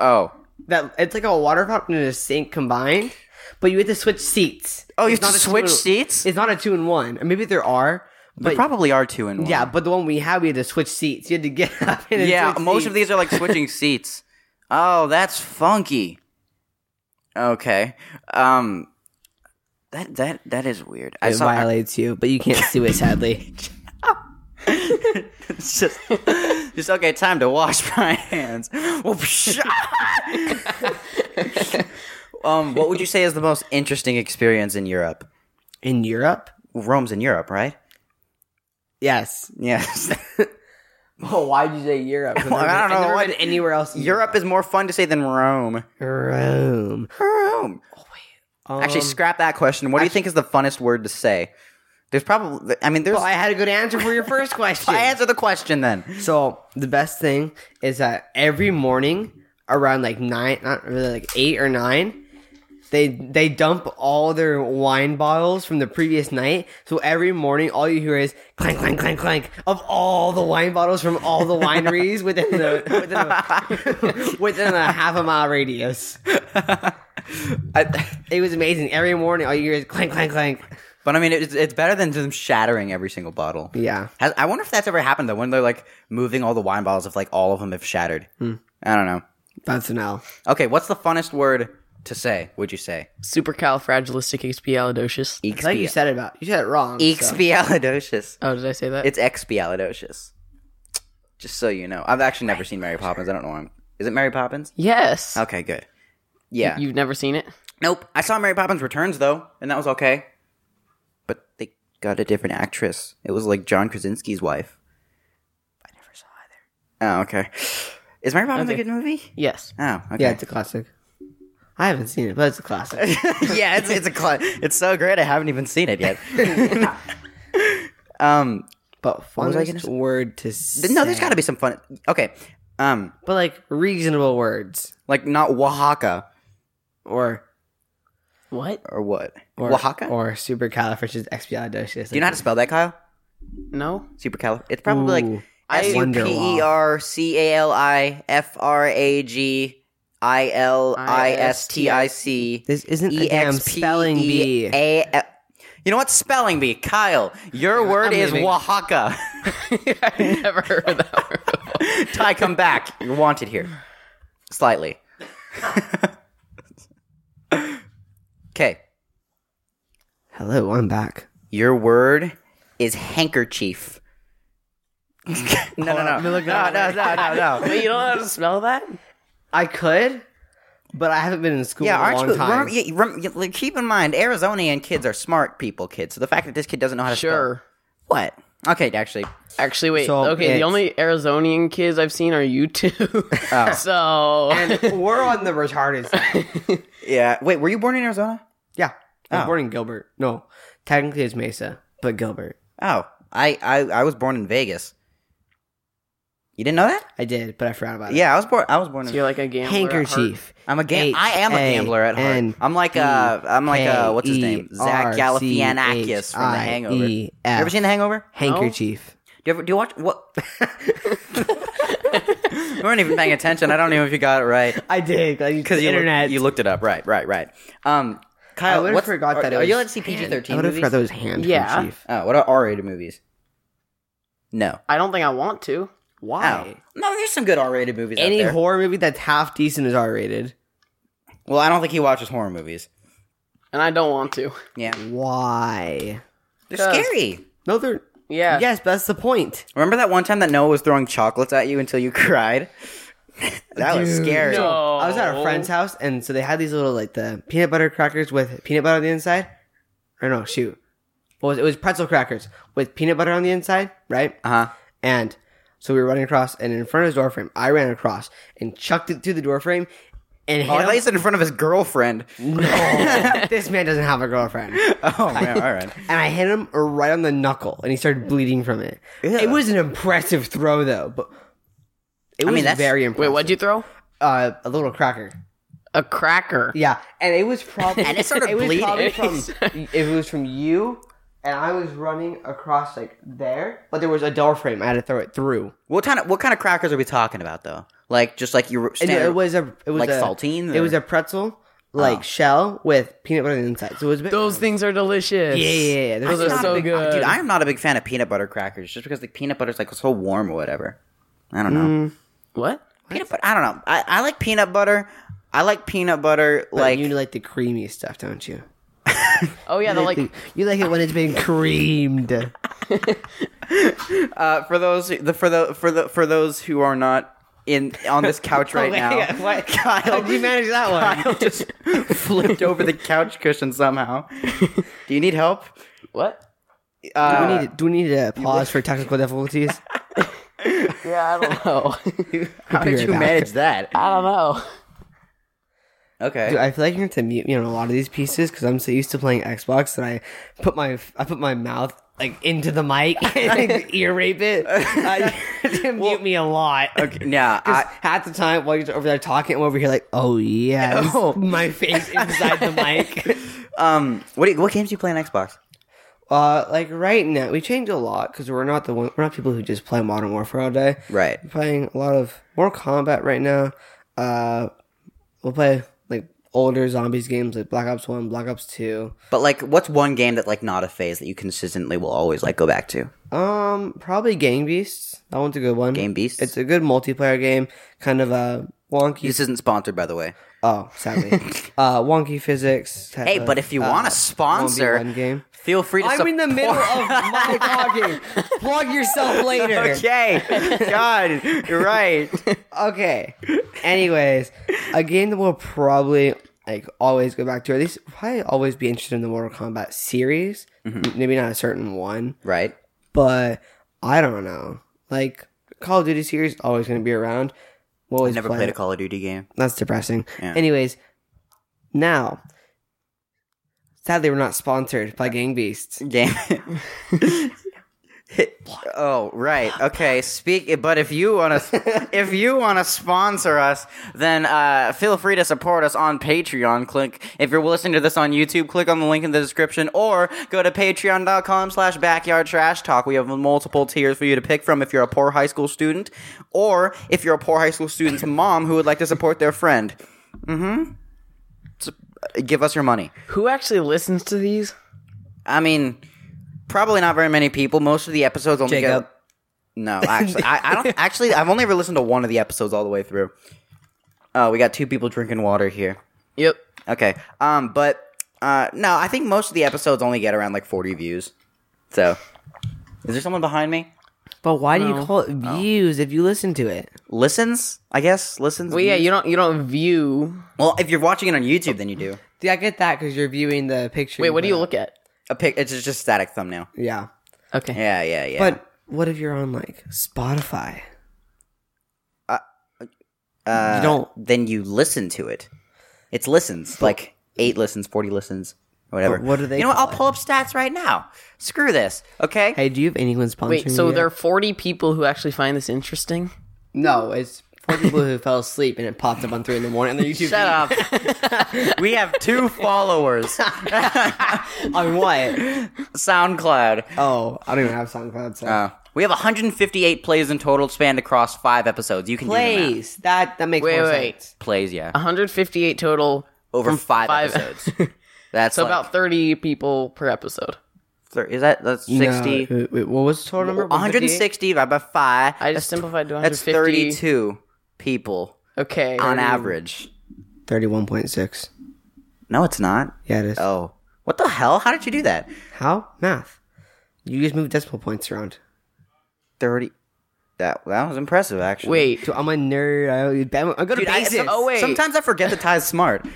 [SPEAKER 1] Oh,
[SPEAKER 2] that it's like a water fountain and a sink combined, but you have to switch seats.
[SPEAKER 1] oh, you
[SPEAKER 2] It's
[SPEAKER 1] have to
[SPEAKER 2] not a
[SPEAKER 1] switch
[SPEAKER 2] two-
[SPEAKER 1] seats.
[SPEAKER 2] It's not a two in one. Or Maybe there are,
[SPEAKER 1] there
[SPEAKER 2] but
[SPEAKER 1] probably are two in one.
[SPEAKER 2] yeah, but the one we had, we had to switch seats. You had to get up. And
[SPEAKER 1] yeah.
[SPEAKER 2] switch
[SPEAKER 1] Most of
[SPEAKER 2] seats.
[SPEAKER 1] these are like switching seats. Oh, that's funky. Okay. Um, that that that is weird. I
[SPEAKER 2] It
[SPEAKER 1] saw.
[SPEAKER 2] violates you, but you can't sue it. Sadly,
[SPEAKER 1] it's just, just okay. Time to wash my hands. Well, pshaw. um, what would you say is the most interesting experience in Europe?
[SPEAKER 2] in Europe?
[SPEAKER 1] Rome's in Europe, right?
[SPEAKER 2] Yes.
[SPEAKER 1] Yes.
[SPEAKER 2] Well, Oh, why'd you say Europe?
[SPEAKER 1] Well, I don't know why-
[SPEAKER 2] I've never been anywhere else. in
[SPEAKER 1] Europe is more fun to say than Rome.
[SPEAKER 2] Rome.
[SPEAKER 1] Rome. Actually,
[SPEAKER 2] Um,
[SPEAKER 1] scrap that question. What do you think is the funnest word to say? There's probably. I mean, there's.
[SPEAKER 2] well, I had a good answer for your first question.
[SPEAKER 1] I answer the question then.
[SPEAKER 2] So the best thing is that every morning around like nine, not really like eight or nine, they they dump all their wine bottles from the previous night. So every morning, all you hear is clank, clank, clank, clank of all the wine bottles from all the wineries within the within a, within a half a mile radius.
[SPEAKER 1] I,
[SPEAKER 2] It was amazing. Every morning, all you hear is clank, clank, clank.
[SPEAKER 1] but I mean, it's, it's better than them shattering every single bottle.
[SPEAKER 2] Yeah.
[SPEAKER 1] Has, I wonder if that's ever happened though, when they're like moving all the wine bottles, if like all of them have shattered. I don't know.
[SPEAKER 2] That's an L.
[SPEAKER 1] Okay, what's the funnest word to say? Would you say
[SPEAKER 3] Supercalifragilisticexpialidocious.
[SPEAKER 2] It's like you
[SPEAKER 1] expialidocious?
[SPEAKER 2] said it about. You said it wrong. so-
[SPEAKER 1] Expialidocious.
[SPEAKER 3] Oh, did I say that?
[SPEAKER 1] It's expialidocious. Just so you know, I've actually never seen Mary Poppins. I don't know why. I'm, is it Mary Poppins?
[SPEAKER 3] yes.
[SPEAKER 1] Okay, good. Yeah.
[SPEAKER 3] You've never seen it?
[SPEAKER 1] Nope. I saw Mary Poppins Returns though, and that was okay. But they got a different actress. It was like John Krasinski's wife. I never saw either. Oh, okay. Is Mary Poppins
[SPEAKER 3] Okay.
[SPEAKER 1] a good movie?
[SPEAKER 3] Yes.
[SPEAKER 1] Oh, okay.
[SPEAKER 2] Yeah, it's a classic. I haven't seen it, but it's a classic.
[SPEAKER 1] yeah, it's it's a cl- it's so great. I haven't even seen it yet. um,
[SPEAKER 2] But
[SPEAKER 1] was I
[SPEAKER 2] funnest
[SPEAKER 1] gonna
[SPEAKER 2] word to say.
[SPEAKER 1] but no, there's got to be some fun. Okay, um,
[SPEAKER 2] But like reasonable words
[SPEAKER 1] like not Oaxaca
[SPEAKER 2] or
[SPEAKER 3] What?
[SPEAKER 1] or what?
[SPEAKER 2] or
[SPEAKER 1] Oaxaca.
[SPEAKER 2] or supercalifragilisticexpialidocious.
[SPEAKER 1] Do you know how to spell that, Kyle?
[SPEAKER 3] No?
[SPEAKER 1] Supercal. It's probably like
[SPEAKER 2] Ooh,
[SPEAKER 1] S U
[SPEAKER 2] wonder
[SPEAKER 1] P E R C A L I F R A G I L I S T I C
[SPEAKER 2] This isn't
[SPEAKER 1] E
[SPEAKER 2] a damn
[SPEAKER 1] X P
[SPEAKER 2] spelling
[SPEAKER 1] E
[SPEAKER 2] bee.
[SPEAKER 1] A L. You know what? Spelling bee. Kyle, your word is
[SPEAKER 2] leaving.
[SPEAKER 1] Oaxaca.
[SPEAKER 3] I've never heard of that word before.
[SPEAKER 1] Ty, come back. You're wanted here. Slightly. Okay.
[SPEAKER 2] Hello, I'm back.
[SPEAKER 1] Your word is handkerchief. no, no, no.
[SPEAKER 2] let
[SPEAKER 1] No, no,
[SPEAKER 2] me look that
[SPEAKER 1] no, no, no.
[SPEAKER 3] Wait, you don't know how to spell that?
[SPEAKER 2] I could, but I haven't been in school
[SPEAKER 1] Yeah,
[SPEAKER 2] in a
[SPEAKER 1] aren't
[SPEAKER 2] long
[SPEAKER 1] you?
[SPEAKER 2] time.
[SPEAKER 1] Rem, yeah, rem, yeah, like, keep in mind, Arizonian kids are smart people, kids. So the fact that this kid doesn't know how to spell.
[SPEAKER 3] Sure.
[SPEAKER 1] What? Okay, actually.
[SPEAKER 3] Actually, wait.
[SPEAKER 2] So,
[SPEAKER 3] okay,
[SPEAKER 2] it's-
[SPEAKER 3] the only Arizonian kids I've seen are you two. Oh. so.
[SPEAKER 2] And we're on the retarded side.
[SPEAKER 1] Yeah. Wait, were you born in Arizona?
[SPEAKER 2] Yeah, I was
[SPEAKER 1] Oh.
[SPEAKER 2] born in Gilbert. No, technically it's Mesa, but Gilbert.
[SPEAKER 1] Oh, I, I, I was born in Vegas. You didn't know that?
[SPEAKER 2] I did, but I forgot about it.
[SPEAKER 1] Yeah, I was born. I was born in.
[SPEAKER 3] you're like a gambler. at heart.
[SPEAKER 2] handkerchief.
[SPEAKER 1] I'm a gam- I am a gambler at heart.
[SPEAKER 2] H-A-N-K-E-R-C-H-I-E-F.
[SPEAKER 1] I'm like uh I'm like uh what's his name?
[SPEAKER 2] E
[SPEAKER 1] Zach Galifianakis from The Hangover. You ever seen The Hangover?
[SPEAKER 2] handkerchief?
[SPEAKER 1] Do you ever do you watch what? we weren't even paying attention. I don't know if you got it right
[SPEAKER 2] I did because
[SPEAKER 1] you look- you looked it up, right? Right? Right? Um,
[SPEAKER 2] I
[SPEAKER 1] Kyle,
[SPEAKER 2] would have
[SPEAKER 1] what's-
[SPEAKER 2] forgot
[SPEAKER 1] are,
[SPEAKER 2] that. It
[SPEAKER 1] Are
[SPEAKER 2] was
[SPEAKER 1] you allowed to see PG
[SPEAKER 2] I
[SPEAKER 1] thirteen
[SPEAKER 2] would have
[SPEAKER 1] movies?
[SPEAKER 2] forgot that was hand
[SPEAKER 3] Yeah.
[SPEAKER 2] handkerchief.
[SPEAKER 1] oh, what are R rated movies? No.
[SPEAKER 3] I don't think I want to.
[SPEAKER 1] Oh.
[SPEAKER 2] Why?
[SPEAKER 1] No, there's some good R rated movies. out
[SPEAKER 2] Any
[SPEAKER 1] there.
[SPEAKER 2] horror movie that's half decent is R rated.
[SPEAKER 1] well, I don't think he watches horror movies.
[SPEAKER 3] And I don't want to.
[SPEAKER 1] Yeah,
[SPEAKER 2] Why?
[SPEAKER 1] they're
[SPEAKER 3] Because-
[SPEAKER 1] scary.
[SPEAKER 2] No, they're
[SPEAKER 3] Yeah.
[SPEAKER 2] yes, but that's the point.
[SPEAKER 1] Remember that one time that Noah was throwing chocolates at you until you cried? that was
[SPEAKER 2] Dude.
[SPEAKER 1] scary.
[SPEAKER 3] No.
[SPEAKER 2] I was at a friend's house, and so they had these little like the peanut butter crackers with peanut butter on the inside. Or no, shoot, what was it? it was pretzel crackers with peanut butter on the inside, right?
[SPEAKER 1] Uh huh.
[SPEAKER 2] And so we were running across, and in front of his door frame, I ran across and chucked it through the door frame and
[SPEAKER 1] Oh, I thought you
[SPEAKER 2] hit
[SPEAKER 1] said in front of his girlfriend.
[SPEAKER 2] him. No, this man doesn't have a girlfriend.
[SPEAKER 1] Oh man, all right.
[SPEAKER 2] And I hit him right on the knuckle, and he started bleeding from it. It was an impressive throw, though. But it
[SPEAKER 1] I
[SPEAKER 2] was
[SPEAKER 1] mean, that's-
[SPEAKER 2] very
[SPEAKER 3] Wait,
[SPEAKER 2] impressive.
[SPEAKER 3] what'd you throw?
[SPEAKER 2] Uh, a little cracker.
[SPEAKER 3] A cracker.
[SPEAKER 2] Yeah, and it was probably
[SPEAKER 1] And it started
[SPEAKER 2] was
[SPEAKER 1] bleeding.
[SPEAKER 2] probably from it was from you, and I was running across like there, but there was a door frame. I had to throw it through.
[SPEAKER 1] What kind of what kind of crackers are we talking about though? Like just like you were
[SPEAKER 2] And uh,
[SPEAKER 1] standing-
[SPEAKER 2] it was a it was
[SPEAKER 1] like
[SPEAKER 2] a,
[SPEAKER 1] saltine
[SPEAKER 2] It was
[SPEAKER 1] or- Oh.
[SPEAKER 2] a pretzel like shell with peanut butter on the inside. So it was a bit
[SPEAKER 3] Those things are delicious.
[SPEAKER 2] Yeah, yeah, yeah.
[SPEAKER 3] Those
[SPEAKER 2] I'm
[SPEAKER 3] are
[SPEAKER 1] not a
[SPEAKER 3] so
[SPEAKER 1] big- uh,
[SPEAKER 3] good.
[SPEAKER 1] Dude, I am not a big fan of peanut butter crackers just because the peanut butter's like so warm or whatever. I don't know.
[SPEAKER 2] Mm.
[SPEAKER 3] what?
[SPEAKER 1] Peanut butter I don't know. I, I like peanut butter. I like peanut butter
[SPEAKER 2] like
[SPEAKER 1] like
[SPEAKER 2] you like the creamy stuff, don't you?
[SPEAKER 3] Oh yeah, they're like
[SPEAKER 2] Like, you like it when it's been creamed.
[SPEAKER 1] Uh, for those the, for the for the for those who are not in on this couch right
[SPEAKER 2] Okay,
[SPEAKER 1] now,
[SPEAKER 2] yeah, what? How
[SPEAKER 1] Kyle,
[SPEAKER 2] did you manage that one?
[SPEAKER 1] Kyle just flipped over the couch cushion somehow. Do you need help?
[SPEAKER 3] what?
[SPEAKER 1] Uh,
[SPEAKER 2] do, we need, do we need to pause for technical difficulties?
[SPEAKER 3] Yeah, I don't know.
[SPEAKER 1] how did
[SPEAKER 2] right
[SPEAKER 1] you
[SPEAKER 2] back.
[SPEAKER 1] manage that?
[SPEAKER 3] I don't know.
[SPEAKER 1] Okay.
[SPEAKER 2] Dude, I feel like you're going to mute me on a lot of these pieces because I'm so used to playing Xbox that I put my I put my mouth like into the mic and like, ear rape it. Uh, you're gonna mute me a lot.
[SPEAKER 1] okay. Yeah. I,
[SPEAKER 2] half the time while you're over there talking, I'm over here like, oh yeah,
[SPEAKER 1] Oh.
[SPEAKER 2] my face inside the mic.
[SPEAKER 1] um. What do you, what games do you play on Xbox?
[SPEAKER 2] Uh, like right now, we changed a lot because we're not the one, we're not people who just play Modern Warfare all day.
[SPEAKER 1] Right.
[SPEAKER 2] We're playing a lot of Mortal Kombat right now. Uh, we'll play like older zombies games like Black Ops One, Black Ops Two.
[SPEAKER 1] But like, what's one game that like not a phase that you consistently will always like go back to?
[SPEAKER 2] Um, probably Gang Beasts. That one's a good one.
[SPEAKER 1] Game Beasts.
[SPEAKER 2] It's a good multiplayer game. Kind of a wonky.
[SPEAKER 1] this isn't sponsored, by the way.
[SPEAKER 2] oh, sadly, uh, wonky physics. type
[SPEAKER 1] Hey,
[SPEAKER 2] of,
[SPEAKER 1] but if you
[SPEAKER 2] uh,
[SPEAKER 1] want a
[SPEAKER 2] 1v1
[SPEAKER 1] sponsor,
[SPEAKER 2] game.
[SPEAKER 1] feel free to.
[SPEAKER 2] I'm in the
[SPEAKER 1] support-
[SPEAKER 2] middle of my talking. Plug yourself later.
[SPEAKER 1] Okay. God, you're right.
[SPEAKER 2] Okay. Anyways, a game that we'll probably like always go back to, or at least probably always be interested in the Mortal Kombat series. M- Maybe not a certain one,
[SPEAKER 1] Right.
[SPEAKER 2] but I don't know. Like Call of Duty series always going to be around. We'll always
[SPEAKER 1] Never
[SPEAKER 2] play
[SPEAKER 1] played a
[SPEAKER 2] it.
[SPEAKER 1] Call of Duty game.
[SPEAKER 2] That's depressing.
[SPEAKER 1] Yeah.
[SPEAKER 2] Anyways, now. Sadly, we're not sponsored by Gang Beasts.
[SPEAKER 1] Game. oh right. Okay. Speak. But if you want to, if you want to sponsor us, then uh, feel free to support us on Patreon. Click if you're listening to this on YouTube. Click on the link in the description, or go to Patreon.com/slash Backyard Trash Talk. We have multiple tiers for you to pick from if you're a poor high school student, or if you're a poor high school student's mom who would like to support their friend. Mm-hmm. Sup- Give us your money.
[SPEAKER 3] Who actually listens to these?
[SPEAKER 1] I mean, probably not very many people. Most of the episodes only
[SPEAKER 2] Jacob.
[SPEAKER 1] go. No, actually, I, I don't. Actually, I've only ever listened to one of the episodes all the way through. Oh, we got two people drinking water here.
[SPEAKER 3] Yep.
[SPEAKER 1] Okay, um, but uh, no, I think most of the episodes only get around like forty views. So, is there someone behind me?
[SPEAKER 2] But why do you
[SPEAKER 3] No.
[SPEAKER 2] call it views if you listen to it?
[SPEAKER 1] Listens, I guess. Listens.
[SPEAKER 3] Well, yeah, you don't you don't view.
[SPEAKER 1] Well, if you're watching it on YouTube, then you do
[SPEAKER 2] Yeah, I get that because you're viewing the picture.
[SPEAKER 3] Wait, what do you
[SPEAKER 2] put up.
[SPEAKER 3] look at?
[SPEAKER 1] a pic. It's just static thumbnail.
[SPEAKER 2] Yeah.
[SPEAKER 3] Okay.
[SPEAKER 1] Yeah, yeah, yeah.
[SPEAKER 2] But what if you're on like Spotify?
[SPEAKER 1] uh,
[SPEAKER 2] you don't-
[SPEAKER 1] Then you listen to it. It's listens, like eight listens, forty listens, or whatever.
[SPEAKER 2] But what do they
[SPEAKER 1] You know, what?
[SPEAKER 2] call
[SPEAKER 1] I'll pull up stats right now. Screw this. Okay.
[SPEAKER 2] Hey, do you have anyone sponsoring?
[SPEAKER 3] Wait, so
[SPEAKER 2] you?
[SPEAKER 3] there are 40 people who actually find this interesting?
[SPEAKER 2] no, it's for people who fell asleep and it popped up on three in the morning on their YouTube.
[SPEAKER 1] Shut up. we have two followers.
[SPEAKER 2] feed. on what?
[SPEAKER 1] SoundCloud.
[SPEAKER 2] Oh, I don't even have SoundCloud. So.
[SPEAKER 1] Uh, we have 158 plays in total, spanned across five episodes. You can do the math.
[SPEAKER 2] Please, that that makes
[SPEAKER 3] Wait,
[SPEAKER 2] more
[SPEAKER 3] wait.
[SPEAKER 2] sense.
[SPEAKER 1] plays. Yeah,
[SPEAKER 3] 158 total.
[SPEAKER 1] over
[SPEAKER 3] Uh, from
[SPEAKER 1] five, episodes. That's
[SPEAKER 3] so
[SPEAKER 1] like
[SPEAKER 3] about 30 people per episode.
[SPEAKER 1] thir- is that that's sixty.
[SPEAKER 2] No, wait, wait, what was the total number?
[SPEAKER 1] 160 divided by five.
[SPEAKER 3] I just simplified to
[SPEAKER 1] That's
[SPEAKER 3] 150.
[SPEAKER 1] 32 people
[SPEAKER 3] Okay.
[SPEAKER 1] on average.
[SPEAKER 2] Thirty-one point six.
[SPEAKER 1] No, it's not.
[SPEAKER 2] Yeah, it is.
[SPEAKER 1] Oh. What the hell? How did you do that?
[SPEAKER 2] How math? You just move decimal points around.
[SPEAKER 1] 30. That that was impressive, actually.
[SPEAKER 3] Wait.
[SPEAKER 2] So I'm a nerd. I, I'm, I go to
[SPEAKER 1] Dude, I,
[SPEAKER 2] basics.
[SPEAKER 1] some-
[SPEAKER 3] Oh, wait.
[SPEAKER 1] Sometimes I forget that Ty's smart.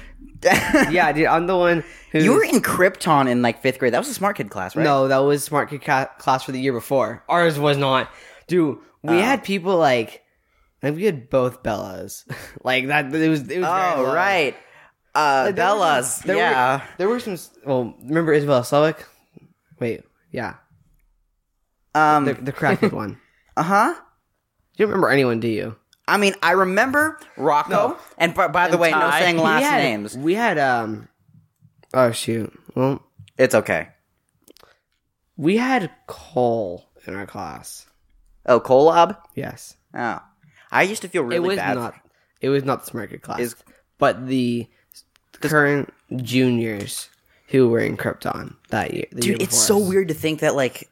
[SPEAKER 2] yeah, dude, I'm the one who
[SPEAKER 1] You were in Krypton in like fifth grade. That was a smart kid class, right?
[SPEAKER 2] No, that was smart kid ca- class for the year before. Ours was not. Dude, we had people like, I think we had both Bellas. like that, it was. It was very
[SPEAKER 1] Oh,
[SPEAKER 2] low.
[SPEAKER 1] right. Uh,
[SPEAKER 2] Like, there were
[SPEAKER 1] Bella's.
[SPEAKER 2] some- there
[SPEAKER 1] yeah.
[SPEAKER 2] Were, there were some. s- Well, remember Isabella Slovic? Wait, yeah, the
[SPEAKER 1] um,
[SPEAKER 2] the crackhead one.
[SPEAKER 1] uh huh.
[SPEAKER 2] You don't remember anyone, do you?
[SPEAKER 1] I mean, I remember Rocco. And by, by the way, no
[SPEAKER 3] Ty.
[SPEAKER 1] saying last
[SPEAKER 2] we had,
[SPEAKER 1] names.
[SPEAKER 2] We had um. Oh shoot! Well,
[SPEAKER 1] It's okay.
[SPEAKER 2] we had Cole in our class.
[SPEAKER 1] Oh, Kolob?
[SPEAKER 2] Yes,
[SPEAKER 1] Oh. I used to feel really
[SPEAKER 2] it was
[SPEAKER 1] bad.
[SPEAKER 2] not. It was not the smart kid class.
[SPEAKER 1] Is-
[SPEAKER 2] but the current juniors who were in Krypton that year. the year
[SPEAKER 1] Dude, it's
[SPEAKER 2] before
[SPEAKER 1] so
[SPEAKER 2] us.
[SPEAKER 1] weird to think that like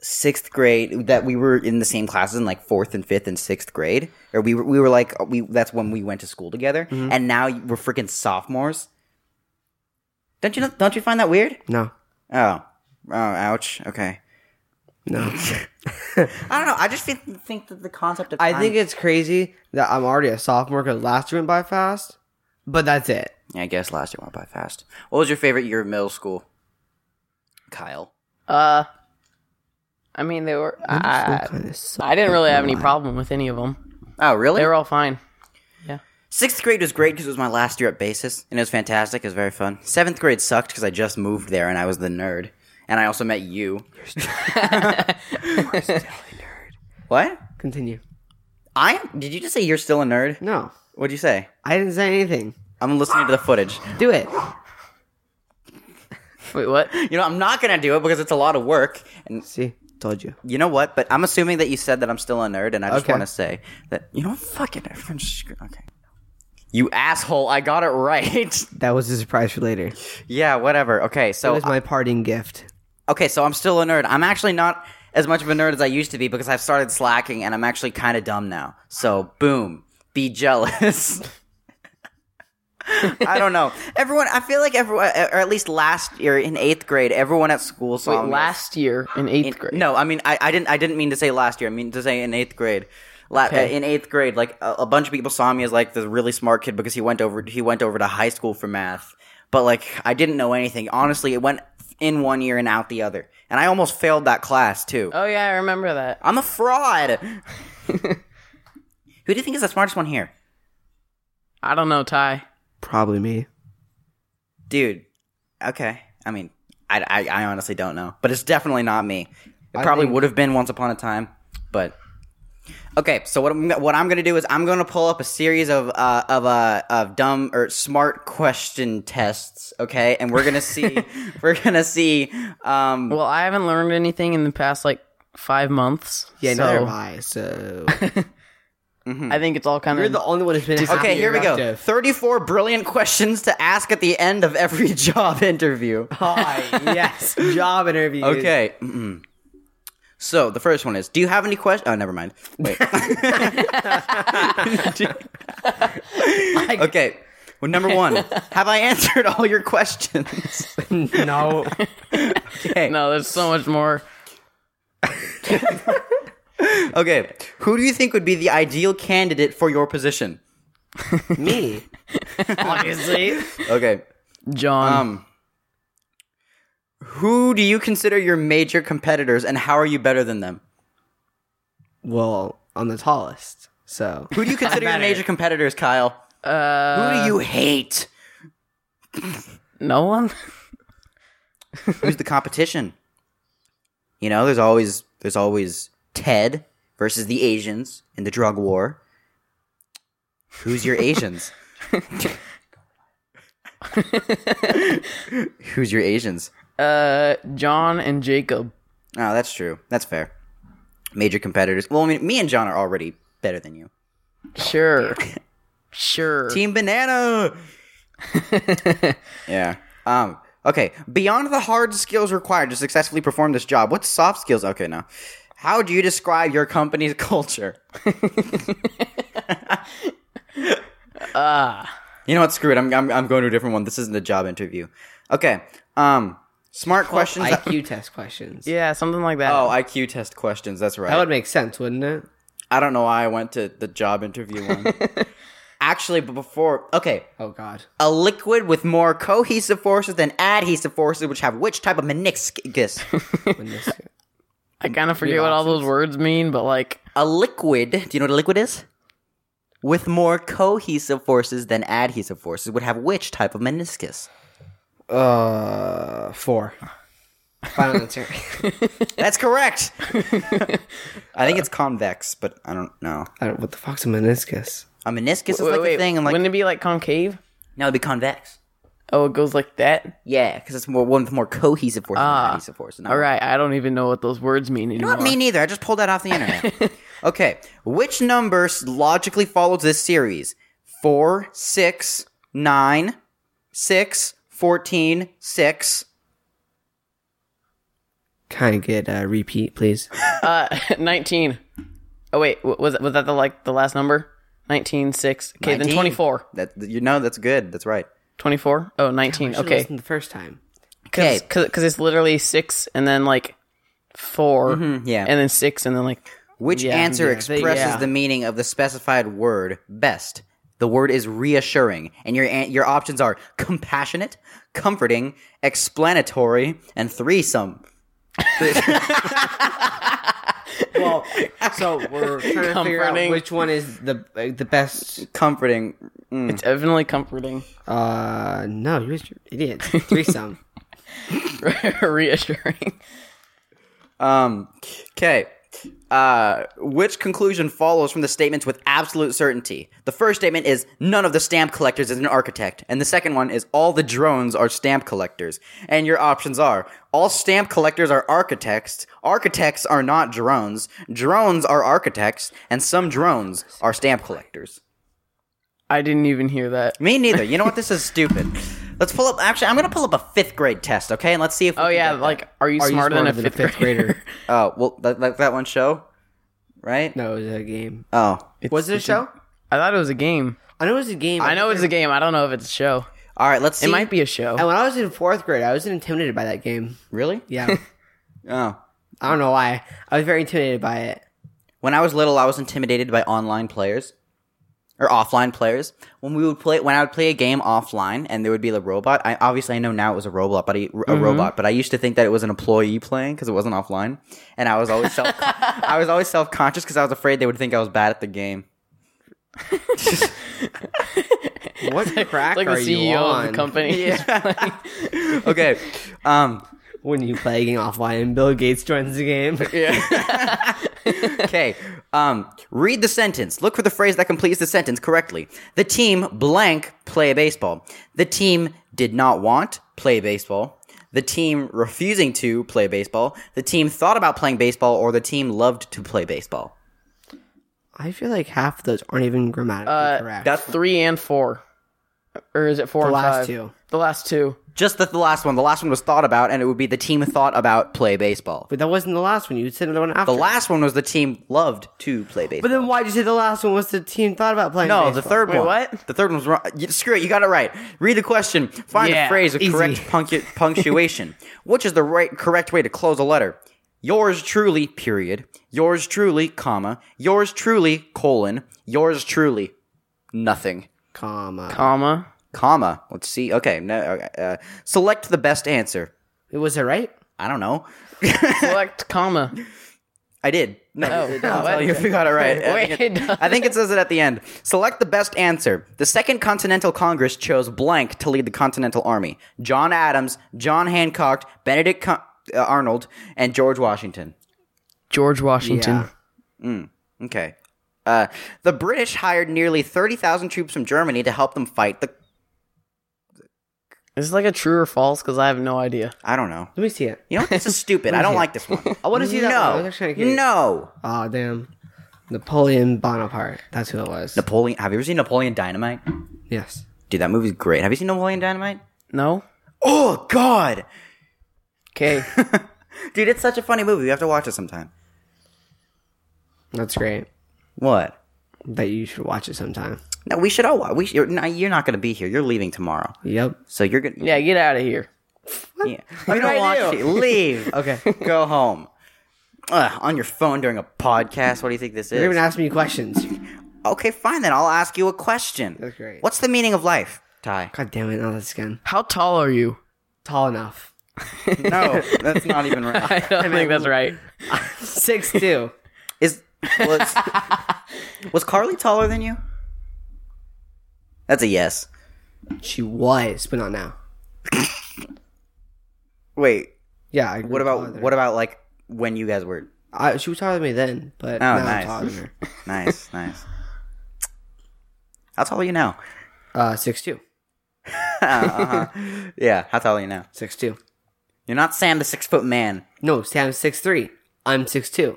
[SPEAKER 1] sixth grade that we were in the same classes in like fourth and fifth and sixth grade, or we were, we were like
[SPEAKER 2] Mm-hmm.
[SPEAKER 1] we that's when we went to school together, and now we're freaking sophomores. Don't you don't you find that weird?
[SPEAKER 2] No,
[SPEAKER 1] Oh, oh, ouch. Okay.
[SPEAKER 2] no.
[SPEAKER 1] I don't know. I just think, think that the concept of
[SPEAKER 2] I
[SPEAKER 1] time-
[SPEAKER 2] think it's crazy that I'm already a sophomore because last year went by fast, but that's it.
[SPEAKER 1] Yeah, I guess last year went by fast. What was your favorite year of middle school? Kyle.
[SPEAKER 3] Uh, I mean, they were. I, I didn't really have any problem with any of them.
[SPEAKER 1] Oh, really?
[SPEAKER 3] They were all fine.
[SPEAKER 1] Sixth grade was great because it was my last year at basis, and it was fantastic. It was very fun. Seventh grade sucked because I just moved there and I was the nerd, and I also met you. What?
[SPEAKER 2] Continue.
[SPEAKER 1] I am- did you just say you're still a nerd?
[SPEAKER 2] No,
[SPEAKER 1] What'd you say?
[SPEAKER 2] I didn't say anything.
[SPEAKER 1] I'm listening to the footage.
[SPEAKER 2] Do it.
[SPEAKER 3] Wait, what?
[SPEAKER 1] You know, I'm not gonna do it because it's a lot of work, and
[SPEAKER 2] See, told you.
[SPEAKER 1] you know what? But I'm assuming that you said that I'm still a nerd, and I just
[SPEAKER 2] Okay.
[SPEAKER 1] want to say that you know, fucking everyone's screw- okay. You asshole! I got it right.
[SPEAKER 2] That was a surprise for later.
[SPEAKER 1] yeah, whatever. Okay,
[SPEAKER 2] That
[SPEAKER 1] so
[SPEAKER 2] was my parting gift.
[SPEAKER 1] Okay, so I'm still a nerd. I'm actually not as much of a nerd as I used to be because I've started slacking and I'm actually kind of dumb now. So, boom, be jealous. I don't know. Everyone, I feel like everyone, or at least last year in eighth grade, everyone at school
[SPEAKER 3] Wait,
[SPEAKER 1] saw me as-
[SPEAKER 3] last year in eighth grade.
[SPEAKER 1] no, I mean, I, I didn't. I didn't mean to say last year. I mean to say in eighth grade. La-
[SPEAKER 3] Okay.
[SPEAKER 1] In eighth grade, like a, a bunch of people saw me as like the really smart kid because he went over. He went over to high school for math, but like I didn't know anything. Honestly, it went in one year and out the other, and I almost failed that class too.
[SPEAKER 3] Oh yeah, I remember that.
[SPEAKER 1] I'm a fraud. Who do you think is the smartest one here,
[SPEAKER 3] I don't know, Ty.
[SPEAKER 2] Probably me.
[SPEAKER 1] dude? Okay, I mean, I, I, I honestly don't know, but it's definitely not me. It
[SPEAKER 2] I
[SPEAKER 1] probably
[SPEAKER 2] think-
[SPEAKER 1] would have been once upon a time, but okay. So what I'm what I'm gonna do is I'm gonna pull up a series of uh, of uh, of dumb or smart question tests. Okay, and we're gonna see we're gonna see. Um,
[SPEAKER 3] Well, I haven't learned anything in the past like five months.
[SPEAKER 2] Yeah,
[SPEAKER 3] so
[SPEAKER 2] neither am I. So
[SPEAKER 3] I think it's all kind
[SPEAKER 2] you're
[SPEAKER 3] of
[SPEAKER 2] the only one who's been
[SPEAKER 1] okay, here we go.
[SPEAKER 2] productive.
[SPEAKER 1] Thirty four brilliant questions to ask at the end of every job interview.
[SPEAKER 2] Oh, Hi, yes, job interview.
[SPEAKER 1] Okay. mm-mm. So the first one is: Do you have any questions? Oh, never mind. Wait. okay. Well, number one, have I answered all your questions?
[SPEAKER 2] no,
[SPEAKER 1] Okay.
[SPEAKER 3] no. There's so much more.
[SPEAKER 1] Okay. Who do you think would be the ideal candidate for your position?
[SPEAKER 2] me. Obviously,
[SPEAKER 1] Okay.
[SPEAKER 3] John,
[SPEAKER 1] Um. Who do you consider your major competitors, and how are you better than them?
[SPEAKER 2] well, I'm the tallest, so
[SPEAKER 1] Who do you consider your major competitors, Kyle? Uh, Who do you hate?
[SPEAKER 3] no one.
[SPEAKER 1] who's the competition? You know, there's always there's always Ted versus the Asians in the drug war. Who's your Asians? Who's your Asians?
[SPEAKER 3] Uh, John and Jacob.
[SPEAKER 1] Oh, that's true. That's fair. Major competitors. Well, I mean, me and John are already better than you.
[SPEAKER 3] Sure, sure.
[SPEAKER 1] Team Banana. yeah. Um. Okay. Beyond the hard skills required to successfully perform this job, what soft skills? Okay, no. How do you describe your company's culture? Ah. You know what? Screw it. I'm, I'm I'm going to a different one. This isn't a job interview. Okay. Um. Smart questions.
[SPEAKER 2] IQ test questions.
[SPEAKER 3] yeah, something like that.
[SPEAKER 1] oh, IQ test questions. That's right.
[SPEAKER 2] That would make sense, wouldn't it?
[SPEAKER 1] I don't know why I went to the job interview one. Actually, but before. Okay.
[SPEAKER 2] Oh God.
[SPEAKER 1] a liquid with more cohesive forces than adhesive forces, which have which type of meniscus?
[SPEAKER 2] When this-
[SPEAKER 3] I kind of forget what all those words mean, but like,
[SPEAKER 1] a liquid. Do you know what a liquid is? With more cohesive forces than adhesive forces, would have which type of meniscus?
[SPEAKER 2] uh, four. Final answer.
[SPEAKER 1] That's correct. I think it's convex, but I don't know.
[SPEAKER 2] I don't, what the fuck's a meniscus?
[SPEAKER 1] A meniscus is
[SPEAKER 3] wait,
[SPEAKER 1] like
[SPEAKER 3] wait,
[SPEAKER 1] a thing. I'm like,
[SPEAKER 3] wouldn't it be like concave?
[SPEAKER 1] no, it'd be convex.
[SPEAKER 3] Oh, it goes like that.
[SPEAKER 1] Yeah, because it's more one with more cohesive forces
[SPEAKER 3] Ah,
[SPEAKER 1] than adhesive forces.
[SPEAKER 3] All right, I don't even know what those words mean anymore.
[SPEAKER 1] Not me neither. I just pulled that off the internet. okay. Which number s- logically follows this series? 4, 6, 9, 6, 14, 6.
[SPEAKER 2] Kind of get a repeat, please.
[SPEAKER 3] Uh, nineteen. Oh wait, w- was was that the like the last number? Nineteen six. Okay, then
[SPEAKER 1] 19.
[SPEAKER 3] twenty four.
[SPEAKER 1] That, you know, that's good. That's right.
[SPEAKER 3] 24? Oh, 19.
[SPEAKER 2] Should've
[SPEAKER 3] Okay.
[SPEAKER 2] listened the first time.
[SPEAKER 1] Okay.
[SPEAKER 3] Because it's literally six and then like 4
[SPEAKER 1] yeah.
[SPEAKER 3] and then six and then like.
[SPEAKER 1] Which
[SPEAKER 3] Yeah,
[SPEAKER 1] answer
[SPEAKER 2] yeah, they-
[SPEAKER 1] expresses
[SPEAKER 3] yeah.
[SPEAKER 1] the meaning of the specified word best? The word is reassuring, and your an- your options are compassionate, comforting, explanatory, and threesome.
[SPEAKER 2] Well, so we're trying to figure out
[SPEAKER 3] Comforting.
[SPEAKER 2] which one is the uh, the best.
[SPEAKER 1] Comforting. Mm.
[SPEAKER 3] It's definitely comforting,
[SPEAKER 2] Uh, no, you was an idiot. Threesome.
[SPEAKER 3] reassuring.
[SPEAKER 1] Um. Okay. Uh, which conclusion follows from the statements with absolute certainty? The first statement is none of the stamp collectors is an architect, and the second one is all the drones are stamp collectors. And your options are all stamp collectors are architects, architects are not drones, drones are architects, and some drones are stamp collectors.
[SPEAKER 3] I didn't even hear that.
[SPEAKER 1] Me neither. You know what? This is stupid. Let's pull up. Actually, I'm gonna pull up a fifth grade test, okay? And let's see if. we
[SPEAKER 3] Oh
[SPEAKER 1] can
[SPEAKER 3] yeah,
[SPEAKER 1] get that.
[SPEAKER 3] like are you,
[SPEAKER 2] Are you
[SPEAKER 3] smarter, than a fifth, grader?
[SPEAKER 1] Oh well, like that, that one show, right?
[SPEAKER 2] no, it was a game.
[SPEAKER 1] Oh.
[SPEAKER 2] was it a show?
[SPEAKER 3] I thought it was a game.
[SPEAKER 2] I know it was a game.
[SPEAKER 3] I know it's a game. I don't know if it's a show.
[SPEAKER 1] All right, let's see.
[SPEAKER 3] It might be a show.
[SPEAKER 2] And when I was in fourth grade, I was intimidated by that game.
[SPEAKER 1] really.
[SPEAKER 2] Yeah,
[SPEAKER 1] Oh,
[SPEAKER 2] I don't know why. I was very intimidated by it.
[SPEAKER 1] when I was little, I was intimidated by online players or offline players. When we would play, when I would play a game offline, and there would be the robot. I obviously I know now it was a robot, but I, a robot. But I used to think that it was an employee playing because it wasn't offline, and I was always self I was always self conscious because I was afraid they would think I was bad at the game.
[SPEAKER 2] What crack
[SPEAKER 3] It's like the
[SPEAKER 2] are you
[SPEAKER 3] CEO
[SPEAKER 2] on?
[SPEAKER 3] of the company.
[SPEAKER 1] Okay, um,
[SPEAKER 2] When you play a game offline and Bill Gates joins the game.
[SPEAKER 1] Okay. Um, read the sentence. Look for the phrase that completes the sentence correctly. The team blank play baseball. The team did not want play baseball. The team refusing to play baseball. The team thought about playing baseball, or the team loved to play baseball.
[SPEAKER 2] I feel like half of those aren't even grammatically correct.
[SPEAKER 1] That's
[SPEAKER 3] Three and four, or is it four?
[SPEAKER 2] the
[SPEAKER 3] and
[SPEAKER 2] last
[SPEAKER 3] five?
[SPEAKER 2] two.
[SPEAKER 3] The last two.
[SPEAKER 1] just the, the last one. The last one was thought about, and it would be the team thought about play baseball.
[SPEAKER 2] But that wasn't the last one. You said the one after.
[SPEAKER 1] The last one was the team loved to play baseball.
[SPEAKER 2] But then why did you say the last one was the team thought about playing?
[SPEAKER 1] No, the
[SPEAKER 2] baseball?
[SPEAKER 1] third
[SPEAKER 3] Wait,
[SPEAKER 1] one.
[SPEAKER 3] what?
[SPEAKER 1] The third one was wrong. You, screw it. You got it right. Read the question. Find
[SPEAKER 3] Yeah,
[SPEAKER 1] the phrase with
[SPEAKER 2] easy.
[SPEAKER 1] correct punctu- punctuation. Which is the right correct way to close a letter? Yours truly. Period. Yours truly. Comma. Yours truly. Colon. Yours truly. Nothing.
[SPEAKER 2] comma.
[SPEAKER 3] Comma.
[SPEAKER 1] Comma. Let's see. Okay. No. okay, Uh, select the best answer.
[SPEAKER 2] Was it right?
[SPEAKER 1] I don't know.
[SPEAKER 3] Select comma.
[SPEAKER 1] I did. No,
[SPEAKER 3] Oh,
[SPEAKER 1] I'll
[SPEAKER 3] what?
[SPEAKER 1] tell you if you got it right. I
[SPEAKER 3] Wait,
[SPEAKER 1] think
[SPEAKER 3] it
[SPEAKER 1] it,
[SPEAKER 3] does.
[SPEAKER 1] I think it says it at the end. Select the best answer. The Second Continental Congress chose blank to lead the Continental Army: John Adams, John Hancock, Benedict Con- uh, Arnold, and George Washington.
[SPEAKER 3] George Washington.
[SPEAKER 2] Yeah.
[SPEAKER 1] Okay. Uh, the British hired nearly thirty thousand troops from Germany to help them fight the.
[SPEAKER 3] Is this like a true or false? Because I have no idea.
[SPEAKER 1] I don't know.
[SPEAKER 2] Let me see it.
[SPEAKER 1] You know what? this is stupid. I don't like this one.
[SPEAKER 3] Oh,
[SPEAKER 1] I
[SPEAKER 2] wanna see that one. I was actually
[SPEAKER 1] No,
[SPEAKER 2] kidding.
[SPEAKER 1] no.
[SPEAKER 2] Oh damn. Napoleon Bonaparte. That's who it was.
[SPEAKER 1] Napoleon. Have you ever seen Napoleon Dynamite?
[SPEAKER 2] yes.
[SPEAKER 1] Dude, that movie's great. Have you seen Napoleon Dynamite?
[SPEAKER 3] No.
[SPEAKER 1] Oh God.
[SPEAKER 3] Okay.
[SPEAKER 1] Dude, it's such a funny movie. You have to watch it sometime.
[SPEAKER 2] That's great.
[SPEAKER 1] What?
[SPEAKER 2] That you should watch it sometime.
[SPEAKER 1] No, we should all watch. We you're, no, you're not going to be here. You're leaving tomorrow,
[SPEAKER 2] Yep.
[SPEAKER 1] so you're gonna.
[SPEAKER 3] yeah, get out of here.
[SPEAKER 1] yeah. you don't watch it. Leave. okay, go home. Ugh, on your phone during a podcast. What do you think this
[SPEAKER 2] You're
[SPEAKER 1] is?
[SPEAKER 2] even asking me questions.
[SPEAKER 1] okay, fine then. I'll ask you a question.
[SPEAKER 2] That's great.
[SPEAKER 1] What's the meaning of life, Ty?
[SPEAKER 2] God damn it, not that skin.
[SPEAKER 3] How tall are you?
[SPEAKER 2] Tall enough.
[SPEAKER 1] no, that's not even right.
[SPEAKER 3] I don't think that's right.
[SPEAKER 2] Six two.
[SPEAKER 1] Is was, was Carly taller than you? That's a yes.
[SPEAKER 2] she was, but not now.
[SPEAKER 1] Wait,
[SPEAKER 2] Yeah. I grew
[SPEAKER 1] what
[SPEAKER 2] taller
[SPEAKER 1] about
[SPEAKER 2] than
[SPEAKER 1] what about like when you guys were?
[SPEAKER 2] her. I, she was taller than me then, but now
[SPEAKER 1] nice.
[SPEAKER 2] I'm taller than her.
[SPEAKER 1] Nice, nice. How tall are you now?
[SPEAKER 2] Uh, six two.
[SPEAKER 1] Yeah, how tall are you now?
[SPEAKER 2] Six two.
[SPEAKER 1] You're not Sam the six foot man.
[SPEAKER 2] No, Sam's six three. I'm six two.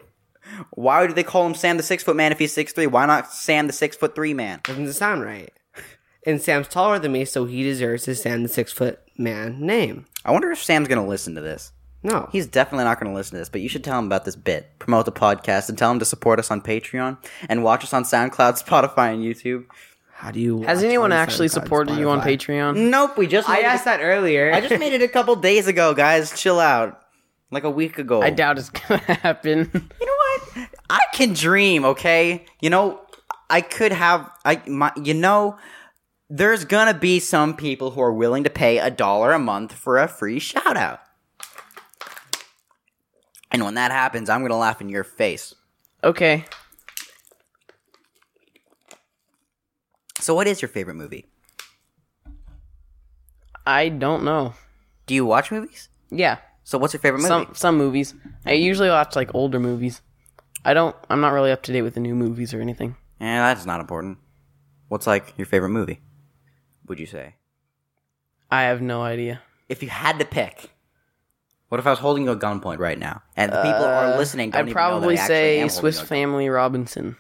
[SPEAKER 1] Why do they call him Sam the six foot man if he's six three? Why not Sam the six foot three man?
[SPEAKER 2] Doesn't sound right. And Sam's taller than me, so he deserves his Sam the six foot man name.
[SPEAKER 1] I wonder if Sam's gonna listen to this.
[SPEAKER 2] No.
[SPEAKER 1] He's definitely not gonna listen to this, but you should tell him about this bit, promote the podcast, and tell him to support us on Patreon and watch us on SoundCloud, Spotify, and YouTube.
[SPEAKER 2] How do you?
[SPEAKER 3] Has
[SPEAKER 2] watch
[SPEAKER 3] anyone
[SPEAKER 2] Einstein
[SPEAKER 3] actually
[SPEAKER 2] Cloud
[SPEAKER 3] supported you on
[SPEAKER 2] Spotify?
[SPEAKER 3] Patreon?
[SPEAKER 1] Nope, we just.
[SPEAKER 2] I
[SPEAKER 1] made it-
[SPEAKER 2] asked that earlier.
[SPEAKER 1] I just made it a couple days ago, guys. Chill out. Like a week ago.
[SPEAKER 3] I doubt it's gonna happen.
[SPEAKER 1] You know what? I can dream, okay? You know, I could have I my you know, there's gonna be some people who are willing to pay a dollar a month for a free shout out. And when that happens, I'm gonna laugh in your face.
[SPEAKER 3] okay.
[SPEAKER 1] So what is your favorite movie?
[SPEAKER 3] I don't know.
[SPEAKER 1] Do you watch movies?
[SPEAKER 3] Yeah.
[SPEAKER 1] So what's your favorite movie?
[SPEAKER 3] Some some movies. I usually watch like older movies. I don't I'm not really up to date with the new movies or anything.
[SPEAKER 1] Yeah, that's not important. What's like your favorite movie? Would you say?
[SPEAKER 3] I have no idea.
[SPEAKER 1] If you had to pick. What if I was holding you at gunpoint right now? And the people who are listening don't
[SPEAKER 3] I'd
[SPEAKER 1] even know that
[SPEAKER 3] probably
[SPEAKER 1] I actually
[SPEAKER 3] say
[SPEAKER 1] am holding
[SPEAKER 3] Swiss
[SPEAKER 1] you at
[SPEAKER 3] Family Robinson.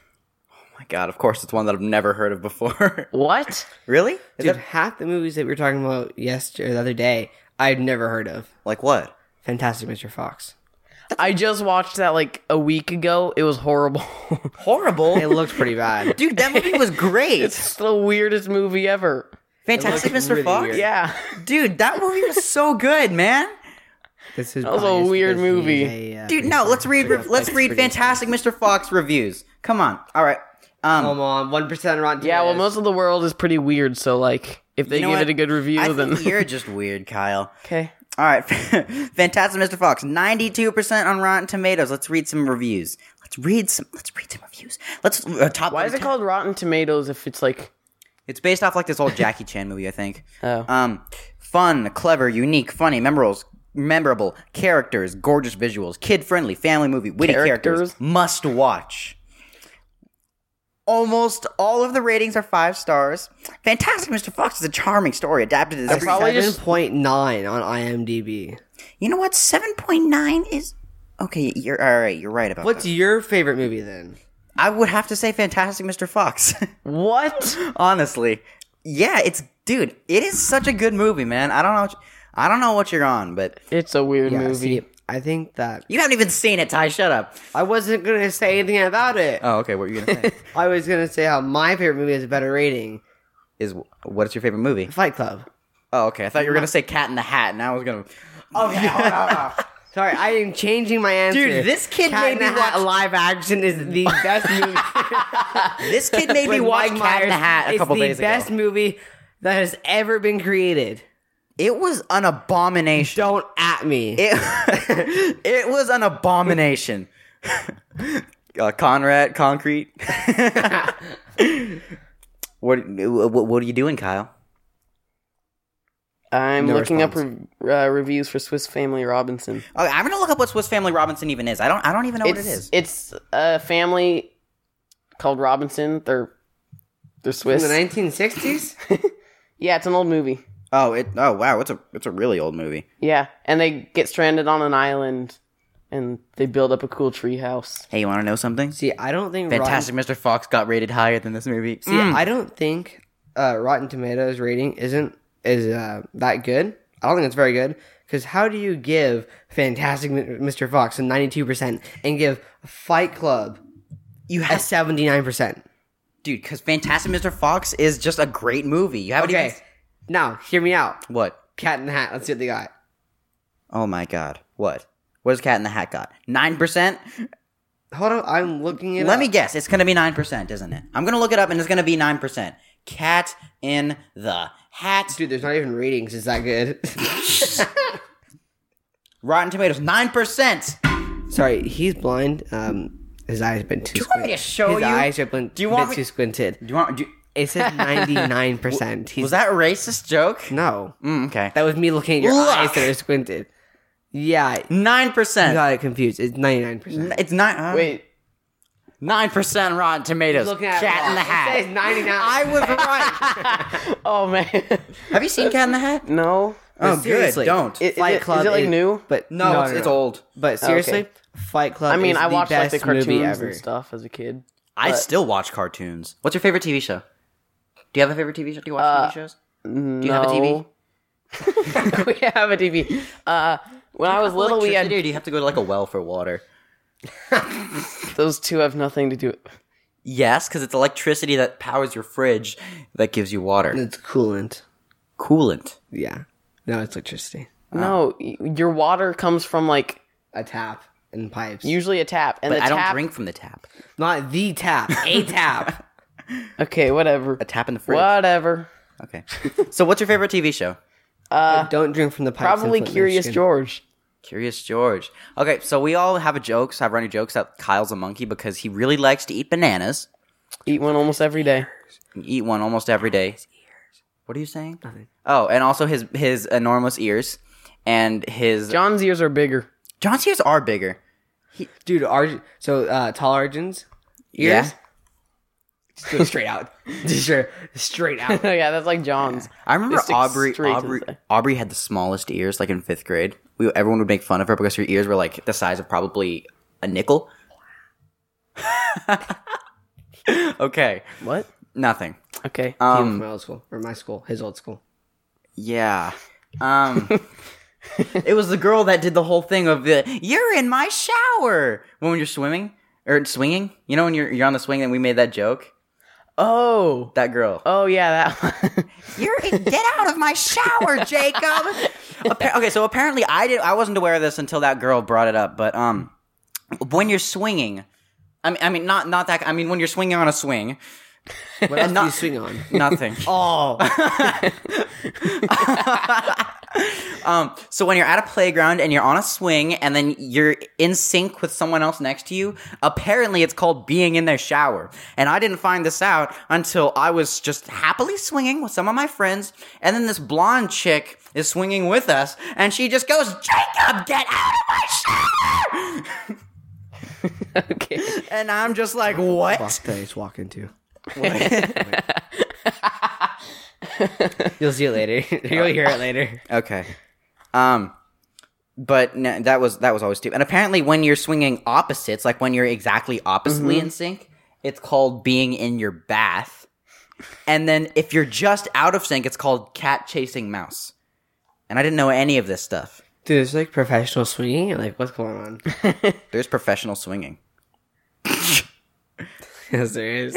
[SPEAKER 1] my god, of course it's one that I've never heard of before.
[SPEAKER 3] What?
[SPEAKER 1] really? Is
[SPEAKER 2] Dude,
[SPEAKER 1] that-
[SPEAKER 2] half the movies that we were talking about yesterday, the other day, I'd never heard of.
[SPEAKER 1] like what?
[SPEAKER 2] Fantastic Mr. Fox.
[SPEAKER 3] I just watched that like a week ago. It was horrible.
[SPEAKER 1] Horrible.
[SPEAKER 2] It looked pretty bad.
[SPEAKER 1] Dude, that movie was great.
[SPEAKER 3] it's the weirdest movie ever.
[SPEAKER 1] Fantastic
[SPEAKER 2] It looked
[SPEAKER 1] Mr.
[SPEAKER 2] really
[SPEAKER 1] Fox.
[SPEAKER 2] weird.
[SPEAKER 3] Yeah.
[SPEAKER 1] Dude, that movie was so good, man.
[SPEAKER 2] This is
[SPEAKER 3] was a
[SPEAKER 2] biased
[SPEAKER 3] weird
[SPEAKER 2] because he's
[SPEAKER 3] movie.
[SPEAKER 2] a, uh,
[SPEAKER 1] Dude, no, let's read let's read Fantastic Mr. Fox reviews. Come on. All right. Um
[SPEAKER 2] Come on, one percent Rotten.
[SPEAKER 3] Yeah, well
[SPEAKER 2] Tomatoes.
[SPEAKER 3] most of the world is pretty weird, so like if they
[SPEAKER 1] You know
[SPEAKER 3] give
[SPEAKER 1] what?
[SPEAKER 3] it a good review
[SPEAKER 1] I
[SPEAKER 3] then
[SPEAKER 1] think you're just weird, Kyle.
[SPEAKER 3] Okay.
[SPEAKER 1] All right, Fantastic Mr. Fox, ninety-two percent on Rotten Tomatoes. Let's read some reviews. Let's read some. Let's read some reviews. Let's uh, top.
[SPEAKER 3] Why is it called Rotten Tomatoes if it's like
[SPEAKER 1] It's based off like this old Jackie Chan movie, I think.
[SPEAKER 3] Oh.
[SPEAKER 1] Um, fun, clever, unique, funny, memorable, memorable characters, gorgeous visuals, kid-friendly, family movie, witty characters,
[SPEAKER 3] Characters?
[SPEAKER 1] must watch. Almost all of the ratings are five stars. Fantastic Mr. Fox is a charming story adapted to. Every-
[SPEAKER 3] probably
[SPEAKER 2] seven
[SPEAKER 3] just-
[SPEAKER 2] point nine on IMDb.
[SPEAKER 1] you know what? Seven point nine is okay. You're all right. You're right about that.
[SPEAKER 2] What's your favorite movie then?
[SPEAKER 1] I would have to say Fantastic Mr. Fox.
[SPEAKER 3] what?
[SPEAKER 1] Honestly. Yeah, it's dude, it is such a good movie, man. I don't know what you- I don't know what you're on, but
[SPEAKER 3] It's a weird
[SPEAKER 2] Yeah,
[SPEAKER 3] movie.
[SPEAKER 2] see, I think that
[SPEAKER 1] you haven't even seen it, Ty. Shut up.
[SPEAKER 2] I wasn't gonna say anything about it.
[SPEAKER 1] Oh, okay. What were you gonna say?
[SPEAKER 2] I was gonna say how my favorite movie has a better rating.
[SPEAKER 1] is what's your favorite movie?
[SPEAKER 2] Fight Club.
[SPEAKER 1] Oh, okay. I thought you were gonna say Cat in the Hat, and I was gonna. Okay.
[SPEAKER 2] Sorry, I am changing my answer.
[SPEAKER 1] Dude, this kid
[SPEAKER 2] Cat
[SPEAKER 1] made
[SPEAKER 2] in
[SPEAKER 1] me
[SPEAKER 2] the Hat
[SPEAKER 1] watch-
[SPEAKER 2] live action is the best movie.
[SPEAKER 1] this kid made me
[SPEAKER 2] with
[SPEAKER 1] watch
[SPEAKER 2] Mike
[SPEAKER 1] Cat in the
[SPEAKER 2] Myers.
[SPEAKER 1] Hat a
[SPEAKER 2] it's
[SPEAKER 1] couple
[SPEAKER 2] the
[SPEAKER 1] days
[SPEAKER 2] best
[SPEAKER 1] ago.
[SPEAKER 2] movie that has ever been created.
[SPEAKER 1] It was an abomination.
[SPEAKER 2] Don't at me.
[SPEAKER 1] It, it was an abomination. uh, Conrad, concrete. what, what what are you doing, Kyle?
[SPEAKER 3] I'm
[SPEAKER 2] No
[SPEAKER 3] looking
[SPEAKER 2] response.
[SPEAKER 3] up re- uh, reviews for Swiss Family Robinson.
[SPEAKER 1] Oh, I'm gonna look up what Swiss Family Robinson even is. I don't I don't even know
[SPEAKER 3] it's,
[SPEAKER 1] Oh, what it is.
[SPEAKER 3] It's a family called Robinson. They're they're
[SPEAKER 2] In
[SPEAKER 3] Swiss.
[SPEAKER 2] the 1960s?
[SPEAKER 3] yeah, it's an old movie.
[SPEAKER 1] Oh, it oh wow, it's a it's a really old movie.
[SPEAKER 3] Yeah, and they get stranded on an island, and they build up a cool tree house.
[SPEAKER 1] Hey, you want to know something?
[SPEAKER 2] See, I don't think
[SPEAKER 1] Fantastic Mr. Fox got rated higher than this movie.
[SPEAKER 2] Rotten, see, I don't think uh, Rotten Tomatoes rating isn't is uh, that good. I don't think it's very good because how do you give Fantastic M- Mr. Fox a 92% and give Fight Club
[SPEAKER 1] you
[SPEAKER 2] a
[SPEAKER 1] have
[SPEAKER 2] 79%?
[SPEAKER 1] dude, because Fantastic Mr. Fox is just a great movie. You haven't
[SPEAKER 2] Okay,
[SPEAKER 1] even
[SPEAKER 2] now hear me out.
[SPEAKER 1] what?
[SPEAKER 2] Cat in the Hat. Let's see what they got.
[SPEAKER 1] Oh my god, what? What does Cat in the Hat got? Nine percent.
[SPEAKER 2] Hold on, I'm looking it
[SPEAKER 1] Let
[SPEAKER 2] up.
[SPEAKER 1] me guess. It's gonna be nine percent, isn't it? I'm gonna look it up, and it's gonna be nine percent. Cat in the Hat.
[SPEAKER 2] Dude, there's not even ratings. Is that good?
[SPEAKER 1] Rotten Tomatoes, nine percent.
[SPEAKER 2] Sorry, he's blind. Um, his eyes have been too. Do
[SPEAKER 1] you want me to show
[SPEAKER 2] his
[SPEAKER 1] you?
[SPEAKER 2] eyes have been. Do
[SPEAKER 1] you want
[SPEAKER 2] bit
[SPEAKER 1] me-
[SPEAKER 2] too squinted?
[SPEAKER 1] Do you want? Do,
[SPEAKER 2] It says ninety nine percent.
[SPEAKER 1] was that a racist joke?
[SPEAKER 2] no?
[SPEAKER 1] Mm, okay.
[SPEAKER 2] That was me looking at your
[SPEAKER 1] Look!
[SPEAKER 2] eyes that are squinted. Yeah, you
[SPEAKER 1] Nine percent.
[SPEAKER 2] got it confused. It's ninety nine percent.
[SPEAKER 1] It's nine. Uh,
[SPEAKER 3] Wait,
[SPEAKER 1] nine percent Rotten Tomatoes. Cat in the
[SPEAKER 2] It says
[SPEAKER 1] Hat.
[SPEAKER 2] ninety nine.
[SPEAKER 1] I was right.
[SPEAKER 3] oh man,
[SPEAKER 1] Have you seen Cat in the Hat?
[SPEAKER 3] no.
[SPEAKER 1] Oh, good. Don't.
[SPEAKER 3] It- is
[SPEAKER 2] Fight
[SPEAKER 3] it-
[SPEAKER 2] Club
[SPEAKER 3] is it, like, new?
[SPEAKER 2] But
[SPEAKER 1] no, it's, it's old.
[SPEAKER 2] But seriously,
[SPEAKER 3] Okay.
[SPEAKER 2] Fight Club.
[SPEAKER 3] I mean,
[SPEAKER 2] is
[SPEAKER 3] I
[SPEAKER 2] the
[SPEAKER 3] watched like the
[SPEAKER 2] best movie
[SPEAKER 3] cartoons
[SPEAKER 2] ever.
[SPEAKER 3] and stuff as a kid.
[SPEAKER 1] I still watch cartoons. What's your favorite TV show? Do you have a favorite TV show? Do you watch TV shows? Do you have a TV?
[SPEAKER 3] we have a TV. Uh, when I was little, we
[SPEAKER 1] Electricity,
[SPEAKER 3] had
[SPEAKER 1] or do you have to go to like a well for water?
[SPEAKER 3] Those two have nothing to do.
[SPEAKER 1] Yes, because it's electricity that powers your fridge that gives you water.
[SPEAKER 2] It's coolant.
[SPEAKER 1] Coolant.
[SPEAKER 2] Yeah. No, it's electricity.
[SPEAKER 1] Oh.
[SPEAKER 3] No, y- your water comes from like
[SPEAKER 2] A tap and pipes.
[SPEAKER 3] usually a tap, and
[SPEAKER 1] But
[SPEAKER 3] the
[SPEAKER 1] I don't
[SPEAKER 3] tap.
[SPEAKER 1] drink from the tap.
[SPEAKER 2] Not the tap. A tap.
[SPEAKER 3] Okay, whatever,
[SPEAKER 1] A tap in the fridge.
[SPEAKER 3] whatever.
[SPEAKER 1] Okay. so what's your favorite TV show?
[SPEAKER 2] Don't drink from the pipes. in
[SPEAKER 3] Probably
[SPEAKER 2] Flint,
[SPEAKER 3] Curious
[SPEAKER 2] Michigan.
[SPEAKER 3] George.
[SPEAKER 1] Curious George. Okay, so we all have a jokes, have running jokes that Kyle's a monkey because he really likes to eat bananas
[SPEAKER 3] Eat one almost every day.
[SPEAKER 1] and eat one almost every day. What are you saying? Nothing. Oh, and also his his enormous ears and his
[SPEAKER 3] John's ears are bigger.
[SPEAKER 1] John's ears are bigger.
[SPEAKER 2] Dude, Ar- so uh, tall Arjun's
[SPEAKER 1] Yeah.
[SPEAKER 2] ears? Just do it straight out. Just straight, straight out.
[SPEAKER 3] Oh, yeah, that's like John's.
[SPEAKER 1] I remember
[SPEAKER 3] Just sticks
[SPEAKER 1] Aubrey.
[SPEAKER 3] straight to
[SPEAKER 1] Aubrey,
[SPEAKER 3] the side.
[SPEAKER 1] Aubrey had the smallest ears, like in fifth grade. We, everyone would make fun of her because her ears were like the size of probably a nickel. okay,
[SPEAKER 3] What?
[SPEAKER 1] nothing.
[SPEAKER 3] Okay.
[SPEAKER 2] He was
[SPEAKER 1] Um,
[SPEAKER 2] from my old school. Or my school. His old school.
[SPEAKER 1] yeah. Um, it was the girl that did the whole thing of the "You're in my shower" when you're swimming or swinging. You know when you're you're on the swing and we made that joke.
[SPEAKER 3] oh.
[SPEAKER 1] That girl.
[SPEAKER 3] Oh yeah, that one.
[SPEAKER 1] You're get out of my shower, Jacob. Appa- okay, so apparently I did. I wasn't aware of this until that girl brought it up. But um, when you're swinging, I mean, I mean, not not that. I mean, when you're swinging on a swing,
[SPEAKER 2] What else do
[SPEAKER 1] Not-
[SPEAKER 2] you swing on?
[SPEAKER 1] nothing.
[SPEAKER 2] Oh.
[SPEAKER 1] um, so when you're at a playground and you're on a swing and then you're in sync with someone else next to you, apparently it's called being in their shower. And I didn't find this out until I was just happily swinging with some of my friends, and then this blonde chick is swinging with us, and she just goes, "Jacob, get out of my shower!"
[SPEAKER 3] okay.
[SPEAKER 1] And I'm just like, "What?"
[SPEAKER 2] Box that I just walk into. You'll see it later. You'll hear it later.
[SPEAKER 1] Okay. Um but no, that was that was always stupid. And apparently when you're swinging opposites, like when you're exactly oppositely in sync, it's called being in your bath. And then if you're just out of sync, it's called cat chasing mouse. And I didn't know any of this stuff.
[SPEAKER 2] Dude, it's like professional swinging. Like, what's going on?
[SPEAKER 1] There's professional swinging.
[SPEAKER 2] yes, there is.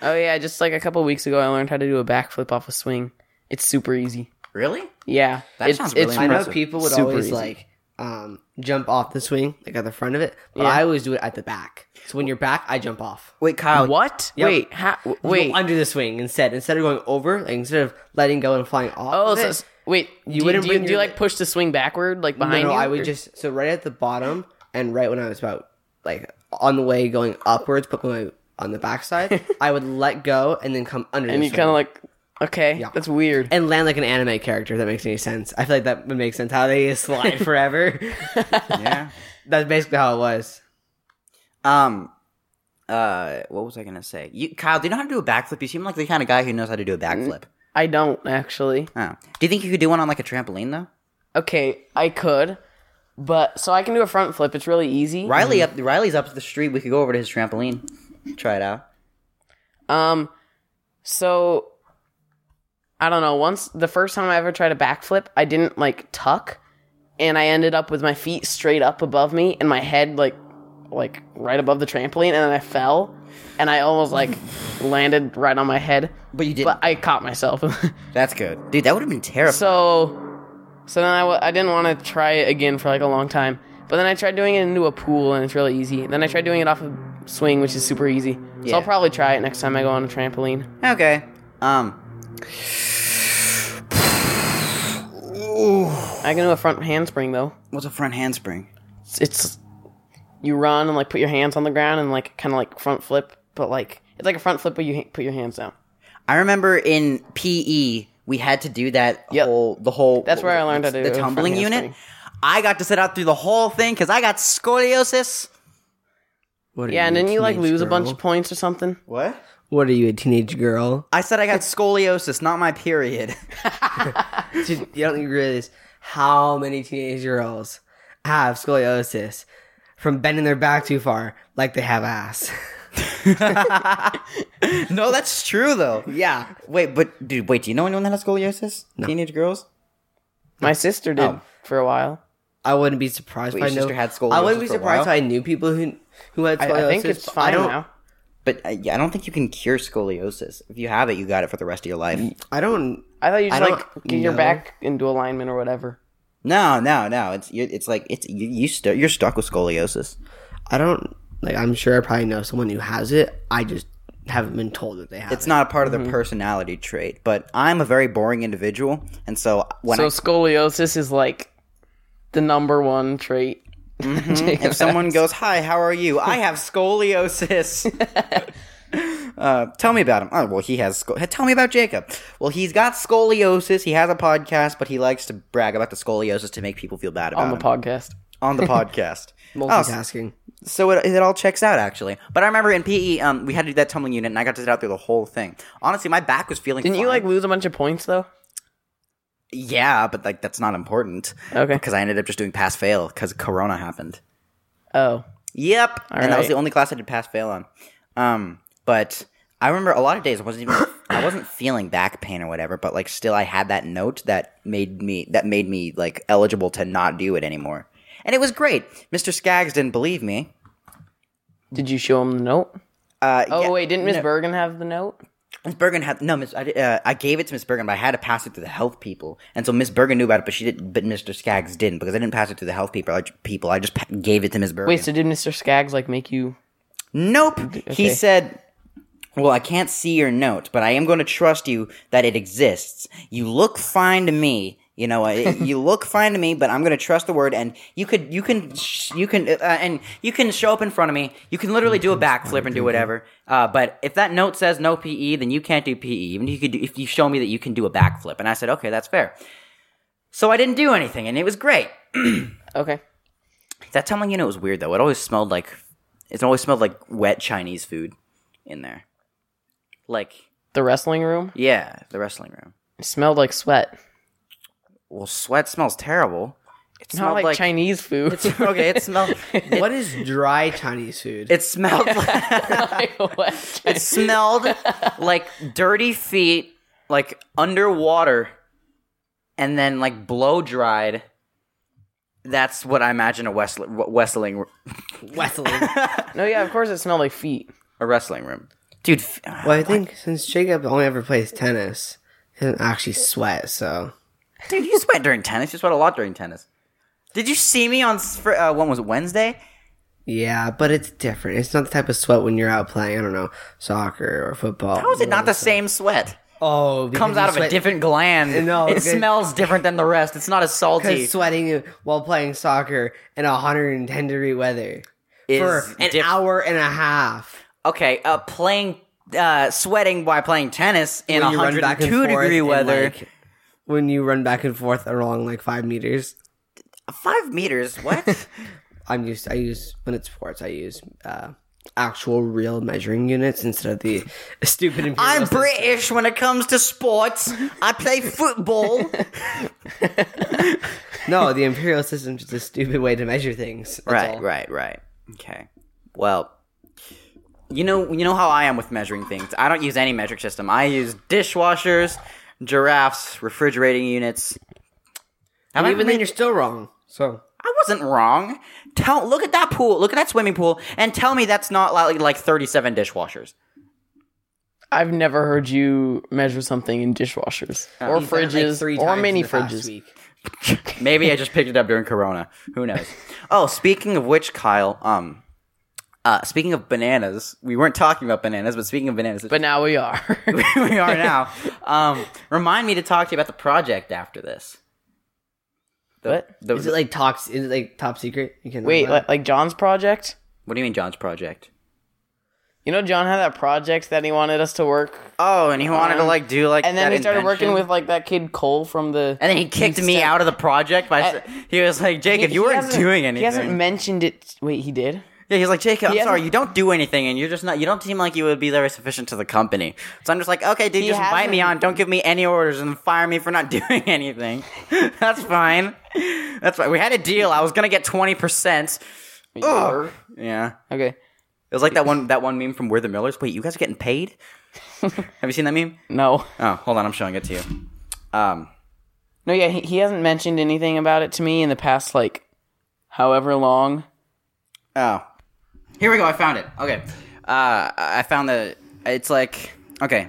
[SPEAKER 3] Oh yeah, just like a couple weeks ago, I learned how to do a backflip off a swing. It's super easy.
[SPEAKER 1] Really?
[SPEAKER 3] Yeah,
[SPEAKER 1] That
[SPEAKER 3] it's,
[SPEAKER 1] sounds really
[SPEAKER 3] it's
[SPEAKER 2] I know
[SPEAKER 1] impressive.
[SPEAKER 2] people would
[SPEAKER 3] Super
[SPEAKER 2] always
[SPEAKER 3] easy.
[SPEAKER 2] like um, jump off the swing, like at the front of it, but
[SPEAKER 3] Yeah.
[SPEAKER 2] I always do it at the back. So when you're back, I jump off.
[SPEAKER 1] Wait, Kyle.
[SPEAKER 3] What?
[SPEAKER 2] Yep.
[SPEAKER 3] Wait, ha- w-
[SPEAKER 2] You go
[SPEAKER 3] wait.
[SPEAKER 2] under the swing instead. Instead of going over, like instead of letting go and flying off.
[SPEAKER 3] Oh,
[SPEAKER 2] of
[SPEAKER 3] so,
[SPEAKER 2] it,
[SPEAKER 3] s- wait. You do,
[SPEAKER 2] wouldn't
[SPEAKER 3] do,
[SPEAKER 2] bring
[SPEAKER 3] you, do
[SPEAKER 2] your-
[SPEAKER 3] you like push the swing backward, like
[SPEAKER 2] no,
[SPEAKER 3] behind
[SPEAKER 2] no,
[SPEAKER 3] you?
[SPEAKER 2] I would
[SPEAKER 3] or-
[SPEAKER 2] just so right at the bottom and right when I was about like on the way going upwards, but going on the backside, I would let go and then come under.
[SPEAKER 3] and
[SPEAKER 2] the
[SPEAKER 3] you
[SPEAKER 2] swing.
[SPEAKER 3] kind of like, okay, that's weird.
[SPEAKER 2] and land like an anime character. If that makes any sense. I feel like that would make sense. How they slide forever.
[SPEAKER 1] Yeah.
[SPEAKER 2] That's basically how it was.
[SPEAKER 1] Um uh what was I gonna say? You Kyle, do you know how to do a backflip? You seem like the kind of guy who knows how to do a backflip.
[SPEAKER 3] I don't actually.
[SPEAKER 1] Oh. Do you think you could do one on like a trampoline though?
[SPEAKER 3] Okay, I could, but so I can do a front flip. It's really easy.
[SPEAKER 1] Riley up Riley's up the street. We could go over to his trampoline, try it out.
[SPEAKER 3] Um, so I don't know. Once the first time I ever tried a backflip, I didn't like tuck, and I ended up with my feet straight up above me and my head like, like right above the trampoline, and then I fell, and I almost like landed right on my head,
[SPEAKER 1] But you did.
[SPEAKER 3] but I caught myself.
[SPEAKER 1] That's good, dude. That would have been terrifying.
[SPEAKER 3] so, so then I w- I didn't want to try it again for like a long time. But then I tried doing it into a pool, and it's really easy. Then I tried doing it off a swing, which is super easy. So
[SPEAKER 1] Yeah.
[SPEAKER 3] I'll probably try it next time I go on a trampoline.
[SPEAKER 1] okay. Um.
[SPEAKER 3] I can do a front handspring though.
[SPEAKER 1] What's a front handspring?
[SPEAKER 3] It's, it's you run and like put your hands on the ground and like kind of like front flip, but like it's like a front flip, but you ha- put your hands down.
[SPEAKER 1] I remember in PE we had to do that
[SPEAKER 3] Yep.
[SPEAKER 1] whole the whole.
[SPEAKER 3] That's
[SPEAKER 1] what
[SPEAKER 3] where I
[SPEAKER 1] was it?
[SPEAKER 3] learned how to
[SPEAKER 1] the
[SPEAKER 3] do a front
[SPEAKER 1] tumbling unit.
[SPEAKER 3] handspring.
[SPEAKER 1] I got to sit out through the whole thing because I got scoliosis.
[SPEAKER 2] What are
[SPEAKER 3] Yeah, and didn't you like
[SPEAKER 2] teenage
[SPEAKER 3] lose a bunch
[SPEAKER 2] girl?
[SPEAKER 3] of points or something?
[SPEAKER 1] What?
[SPEAKER 2] What are you, a teenage girl?
[SPEAKER 1] I said I got scoliosis, not my period.
[SPEAKER 2] Dude, you don't realize how many teenage girls have scoliosis from bending their back too far, like they have ass.
[SPEAKER 1] no, that's true though.
[SPEAKER 2] yeah.
[SPEAKER 1] Wait, but dude, wait. Do you know anyone that has scoliosis? Teenage girls.
[SPEAKER 3] My sister did
[SPEAKER 1] Oh.
[SPEAKER 3] for a while.
[SPEAKER 2] I wouldn't be surprised
[SPEAKER 1] Wait,
[SPEAKER 2] if I
[SPEAKER 1] your
[SPEAKER 2] know.
[SPEAKER 1] sister had
[SPEAKER 2] I wouldn't
[SPEAKER 1] scoliosis
[SPEAKER 2] be
[SPEAKER 1] for a
[SPEAKER 2] surprised if
[SPEAKER 1] while?
[SPEAKER 2] I knew people who who had scoliosis.
[SPEAKER 3] I, I think it's
[SPEAKER 2] but
[SPEAKER 3] fine
[SPEAKER 2] I don't,
[SPEAKER 3] now.
[SPEAKER 1] But uh, yeah, I don't think you can cure scoliosis. If you have it, you got it for the rest of your life.
[SPEAKER 3] Mm.
[SPEAKER 2] I don't.
[SPEAKER 3] I thought you
[SPEAKER 2] I
[SPEAKER 3] just
[SPEAKER 2] don't
[SPEAKER 3] like get your
[SPEAKER 2] know.
[SPEAKER 3] back into alignment or whatever.
[SPEAKER 1] No, no, no. It's you it's like it's you, you st- you're stuck with scoliosis.
[SPEAKER 2] I don't like. I'm sure I probably know someone who has it. I just haven't been told that they have.
[SPEAKER 1] It's
[SPEAKER 2] it.
[SPEAKER 1] not a part of
[SPEAKER 3] Mm-hmm.
[SPEAKER 1] the personality trait, but I'm a very boring individual, and so when
[SPEAKER 3] so
[SPEAKER 1] I,
[SPEAKER 3] scoliosis is like the number one trait.
[SPEAKER 1] if someone goes, "Hi, how are you?" I have scoliosis. uh, tell me about him. Oh, well, he has. Sco- tell me about Jacob. Well, he's got scoliosis. He has a podcast, but he likes to brag about the scoliosis to make people feel bad about
[SPEAKER 3] on the
[SPEAKER 1] him.
[SPEAKER 3] podcast.
[SPEAKER 1] on the podcast. Oh, so-
[SPEAKER 2] multitasking.
[SPEAKER 1] So it, it all checks out actually. But I remember in PE, um, we had to do that tumbling unit, and I got to sit out through the whole thing. Honestly, my back was feeling.
[SPEAKER 3] Didn't you
[SPEAKER 1] fine.
[SPEAKER 3] like lose a bunch of points though?
[SPEAKER 1] Yeah, but like that's not important.
[SPEAKER 3] Okay.
[SPEAKER 1] Because I ended up just doing pass fail because Corona happened.
[SPEAKER 3] Oh.
[SPEAKER 1] Yep. and that was
[SPEAKER 3] right.
[SPEAKER 1] the only class I did pass fail on. Um, but I remember a lot of days I wasn't even I wasn't feeling back pain or whatever, but like still I had that note that made me that made me like eligible to not do it anymore. And it was great. Mr. Skaggs didn't believe me.
[SPEAKER 3] Did you show him the note?
[SPEAKER 1] Uh,
[SPEAKER 3] Oh
[SPEAKER 1] yeah,
[SPEAKER 3] wait, didn't Miss
[SPEAKER 1] no.
[SPEAKER 3] Bergen have the note?
[SPEAKER 1] Miss Bergen had no Miss. I, di- uh, I gave it to Miss Bergen, but I had to pass it to the health people, and so Miss Bergen knew about it, but she didn't. But Mr. Skaggs didn't because I didn't pass it to the health people. I, ju- people, I just pa- gave it to Miss Bergen.
[SPEAKER 3] Wait, so did Mr. Skaggs like make you
[SPEAKER 1] nope. He
[SPEAKER 3] okay.
[SPEAKER 1] said, "Well, I can't see your note, but I am going to trust you that it exists. You look fine to me." You know, uh, you look fine to me, but I'm going to trust the word. And you could, you can, sh- you can, uh, and you can show up in front of me. You can literally do a backflip and do whatever. Uh, but if that note says no PE, then you can't do PE. Even if you could, do, if you show me that you can do a backflip, and I said, okay, that's fair. So I didn't do anything, and it was great.
[SPEAKER 3] Okay.
[SPEAKER 1] That tumbling unit was weird though. It always smelled like it always smelled like wet Chinese food in there. Like
[SPEAKER 3] The wrestling room?
[SPEAKER 1] yeah, the wrestling room.
[SPEAKER 3] It smelled like sweat.
[SPEAKER 1] Well, sweat smells terrible. It
[SPEAKER 3] Not
[SPEAKER 1] smelled
[SPEAKER 3] like,
[SPEAKER 1] like,
[SPEAKER 3] Chinese food.
[SPEAKER 1] okay, it smelled. It,
[SPEAKER 2] What is dry Chinese food?
[SPEAKER 1] it smelled. Like,
[SPEAKER 3] Like what?
[SPEAKER 1] it smelled like dirty feet, like underwater, and then like blow dried. That's what I imagine a wrestling wrestling
[SPEAKER 2] Wesley.
[SPEAKER 3] no, yeah, of course it smelled like feet.
[SPEAKER 1] a wrestling room, dude. f-
[SPEAKER 2] well, I think since Jacob only ever plays tennis, he doesn't actually sweat. So
[SPEAKER 1] Dude, you sweat during tennis. You sweat a lot during tennis. Did you see me on s- fr- uh, when was it Wednesday?
[SPEAKER 2] yeah, but it's different. It's not the type of sweat when you're out playing. I don't know soccer or football.
[SPEAKER 1] How is it not the same sweat?
[SPEAKER 2] Oh, because
[SPEAKER 1] Comes
[SPEAKER 2] you
[SPEAKER 1] out of a
[SPEAKER 2] sweat-
[SPEAKER 1] different gland.
[SPEAKER 2] No,
[SPEAKER 1] it
[SPEAKER 2] it's-
[SPEAKER 1] smells different than the rest. It's not as salty.
[SPEAKER 2] Because sweating while playing soccer in 110 degree weather for
[SPEAKER 1] Is
[SPEAKER 2] an
[SPEAKER 1] diff-
[SPEAKER 2] hour and a half.
[SPEAKER 1] Okay, uh, playing, uh, sweating while playing tennis in
[SPEAKER 2] When you run back and
[SPEAKER 1] 102
[SPEAKER 2] forth
[SPEAKER 1] degree
[SPEAKER 2] and,
[SPEAKER 1] weather.
[SPEAKER 2] like, when you run back and forth along like five meters,
[SPEAKER 1] Five meters. What?
[SPEAKER 2] I'm used. I use when it's sports. I use uh, actual real measuring units instead of the stupid. imperial
[SPEAKER 1] I'm
[SPEAKER 2] system.
[SPEAKER 1] British when it comes to sports. I play football.
[SPEAKER 2] No, the imperial system is a stupid way to measure things. That's
[SPEAKER 1] right
[SPEAKER 2] all.
[SPEAKER 1] right right okay well you know you know how i am with measuring things i don't use any metric system i use dishwashers giraffes refrigerating units Am
[SPEAKER 2] And
[SPEAKER 1] I
[SPEAKER 2] even then,
[SPEAKER 1] ma-
[SPEAKER 2] you're still wrong. So
[SPEAKER 1] i wasn't wrong tell look at that pool look at that swimming pool and tell me that's not like, like 37 dishwashers
[SPEAKER 3] I've never heard you measure something in dishwashers or
[SPEAKER 2] Uh, You've done it, like,
[SPEAKER 3] fridges
[SPEAKER 2] three
[SPEAKER 3] or
[SPEAKER 2] times in
[SPEAKER 3] mini
[SPEAKER 2] the past
[SPEAKER 3] fridges.
[SPEAKER 2] week.
[SPEAKER 1] Maybe I just picked it up during Corona. Who knows? Oh, speaking of which, Kyle, um, uh, speaking of bananas, we weren't talking about bananas, but speaking of bananas,
[SPEAKER 3] But now we are.
[SPEAKER 1] we are now. Um, remind me to talk to you about the project after this. The,
[SPEAKER 3] What?
[SPEAKER 1] the-
[SPEAKER 2] Is it like tox? Is it like top secret? You can
[SPEAKER 3] Wait, like, like John's project?
[SPEAKER 1] what do you mean, John's project?
[SPEAKER 3] You know, John had that project that he wanted us to work,
[SPEAKER 1] Oh, and he wanted to like do like,
[SPEAKER 3] and then
[SPEAKER 1] that
[SPEAKER 3] he started
[SPEAKER 1] invention?
[SPEAKER 3] working with like that kid Cole from the.
[SPEAKER 1] and then he kicked me
[SPEAKER 3] said-
[SPEAKER 1] out of the project by s he was like, Jacob, you weren't
[SPEAKER 3] hasn't-
[SPEAKER 1] doing anything.
[SPEAKER 3] He hasn't mentioned it. Wait, he did.
[SPEAKER 1] yeah, he's like, Jacob, I'm
[SPEAKER 3] he
[SPEAKER 1] sorry,
[SPEAKER 3] hasn't-
[SPEAKER 1] you don't do anything, and you're just not. You don't seem like you would be very sufficient to the company. So I'm just like, okay, dude, just invite me on.
[SPEAKER 3] hasn't-
[SPEAKER 1] Don't give me any orders and fire me for not doing anything. That's fine. That's fine. We had a deal. I was gonna get twenty percent.
[SPEAKER 3] Ugh.
[SPEAKER 1] Yeah.
[SPEAKER 3] Okay.
[SPEAKER 1] It was like that one that one meme from We're the Millers. Wait, you guys are getting paid? Have you seen that meme?
[SPEAKER 3] No.
[SPEAKER 1] Oh, hold on, I'm showing it to you. Um,
[SPEAKER 3] No. Yeah, he, he hasn't mentioned anything about it to me in the past like, however long.
[SPEAKER 1] oh, here we go. I found it. Okay, Uh, I found that it's like okay,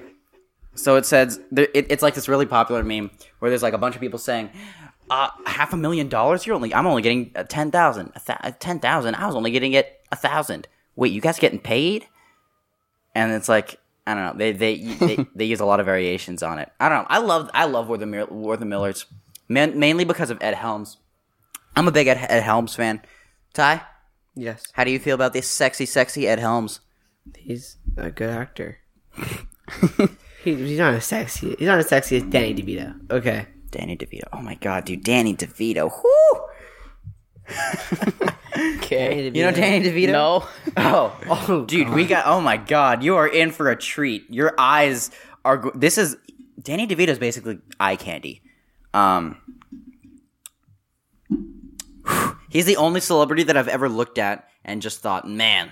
[SPEAKER 1] so it says there, it, it's like this really popular meme where there's like a bunch of people saying, uh, half a million dollars. You're only I'm only getting uh, ten thousand, ten thousand. I was only getting it a thousand. Wait, you guys getting paid? And it's like I don't know. They they they, they use a lot of variations on it. I don't know. I love I love War the Mir- War the Millers man, mainly because of Ed Helms. I'm a big Ed, Ed Helms fan. Ty,
[SPEAKER 2] Yes,
[SPEAKER 1] how do you feel about this sexy, sexy Ed Helms?
[SPEAKER 2] he's a good actor. he, he's not as sexy. He's not as sexy as Danny DeVito. Okay.
[SPEAKER 1] Danny DeVito. Oh my god, dude, Danny DeVito. Whoo!
[SPEAKER 3] Okay.
[SPEAKER 1] You know Danny DeVito?
[SPEAKER 3] No.
[SPEAKER 1] Oh, oh dude, we got. Oh my god, you are in for a treat. Your eyes are. go- This is Danny DeVito's basically eye candy. Um, he's the only celebrity that I've ever looked at and just thought, man,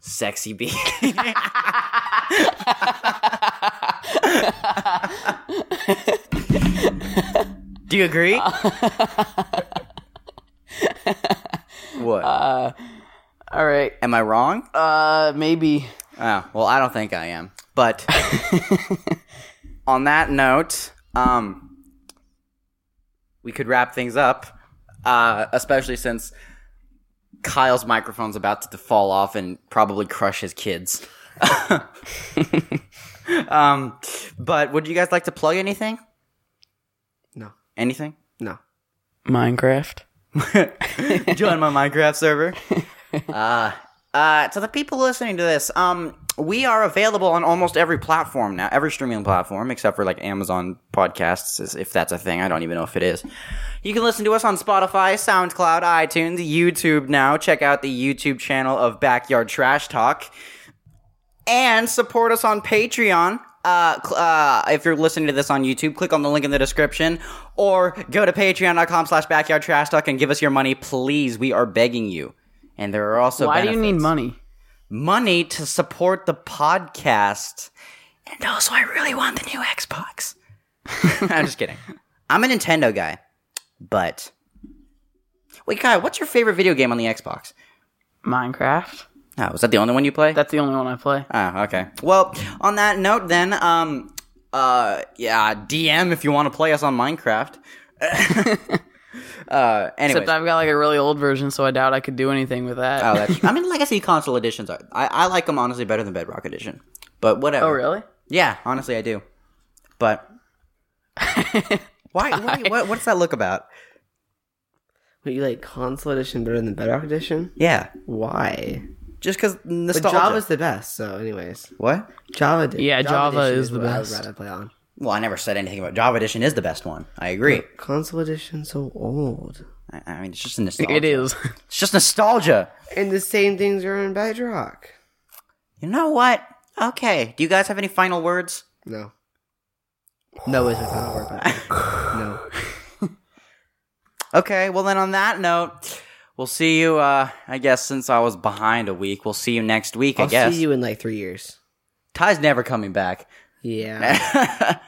[SPEAKER 1] sexy bee. Do you agree? what?
[SPEAKER 3] All right.
[SPEAKER 1] Am I wrong?
[SPEAKER 3] Uh, maybe.
[SPEAKER 1] Oh, well, I don't think I am. But on that note, um, we could wrap things up, uh, especially since Kyle's microphone's about to fall off and probably crush his kids. um, but would you guys like to plug anything?
[SPEAKER 2] No.
[SPEAKER 1] Anything?
[SPEAKER 2] No.
[SPEAKER 3] Minecraft.
[SPEAKER 1] join my Minecraft server. Uh, uh, to the people listening to this, um, we are available on almost every platform now, every streaming platform except for like Amazon podcasts, is- if that's a thing. I don't even know if it is. You can listen to us on Spotify, SoundCloud, iTunes, YouTube now. Check out the YouTube channel of Backyard Trash Talk and support us on Patreon. Uh, cl- uh, if you're listening to this on YouTube, click on the link in the description or go to patreon.com slash backyard trash talk and give us your money, please. We are begging you. And there are also
[SPEAKER 3] Why do you need
[SPEAKER 1] benefits.
[SPEAKER 3] money?
[SPEAKER 1] money to support the podcast? And also, I really want the new Xbox. I'm just kidding. I'm a Nintendo guy, but wait, Kai, what's your favorite video game on the Xbox?
[SPEAKER 3] Minecraft.
[SPEAKER 1] Oh, was that the only one you play?
[SPEAKER 3] That's the only one I play.
[SPEAKER 1] Oh, okay. Well, on that note, then, um, uh, yeah, DM if you want to play us on Minecraft. uh, anyways.
[SPEAKER 3] Except I've got like a really old version, so I doubt I could do anything with that.
[SPEAKER 1] Oh, that's, I mean, like I see, console editions are. I, I like them honestly better than Bedrock Edition, but whatever.
[SPEAKER 3] oh really?
[SPEAKER 1] Yeah, honestly, I do. But why? why what, what's that look about?
[SPEAKER 2] Wait, you like console edition better than Bedrock edition?
[SPEAKER 1] Yeah,
[SPEAKER 2] Why?
[SPEAKER 1] just because
[SPEAKER 2] But
[SPEAKER 1] nostalgia.
[SPEAKER 2] Java's the best. So, anyways,
[SPEAKER 1] what?
[SPEAKER 2] Java. did-
[SPEAKER 3] Yeah, Java
[SPEAKER 2] edition
[SPEAKER 3] is the
[SPEAKER 2] what I would
[SPEAKER 3] best.
[SPEAKER 2] rather play on
[SPEAKER 1] Well, I never said anything about Java Edition is the best one. I agree.
[SPEAKER 2] console edition. So old.
[SPEAKER 1] I, I mean, it's just a nostalgia.
[SPEAKER 3] It is.
[SPEAKER 1] It's just nostalgia.
[SPEAKER 2] And the same things are in Bedrock.
[SPEAKER 1] You know what? Okay. Do you guys have any final words?
[SPEAKER 2] No. No is my final word. By the way. no.
[SPEAKER 1] Okay. Well, then on that note, we'll see you. Uh, I guess since I was behind a week, we'll see you next week. i
[SPEAKER 2] I'll
[SPEAKER 1] guess
[SPEAKER 2] see you in like three years.
[SPEAKER 1] Ty's never coming back.
[SPEAKER 2] Yeah.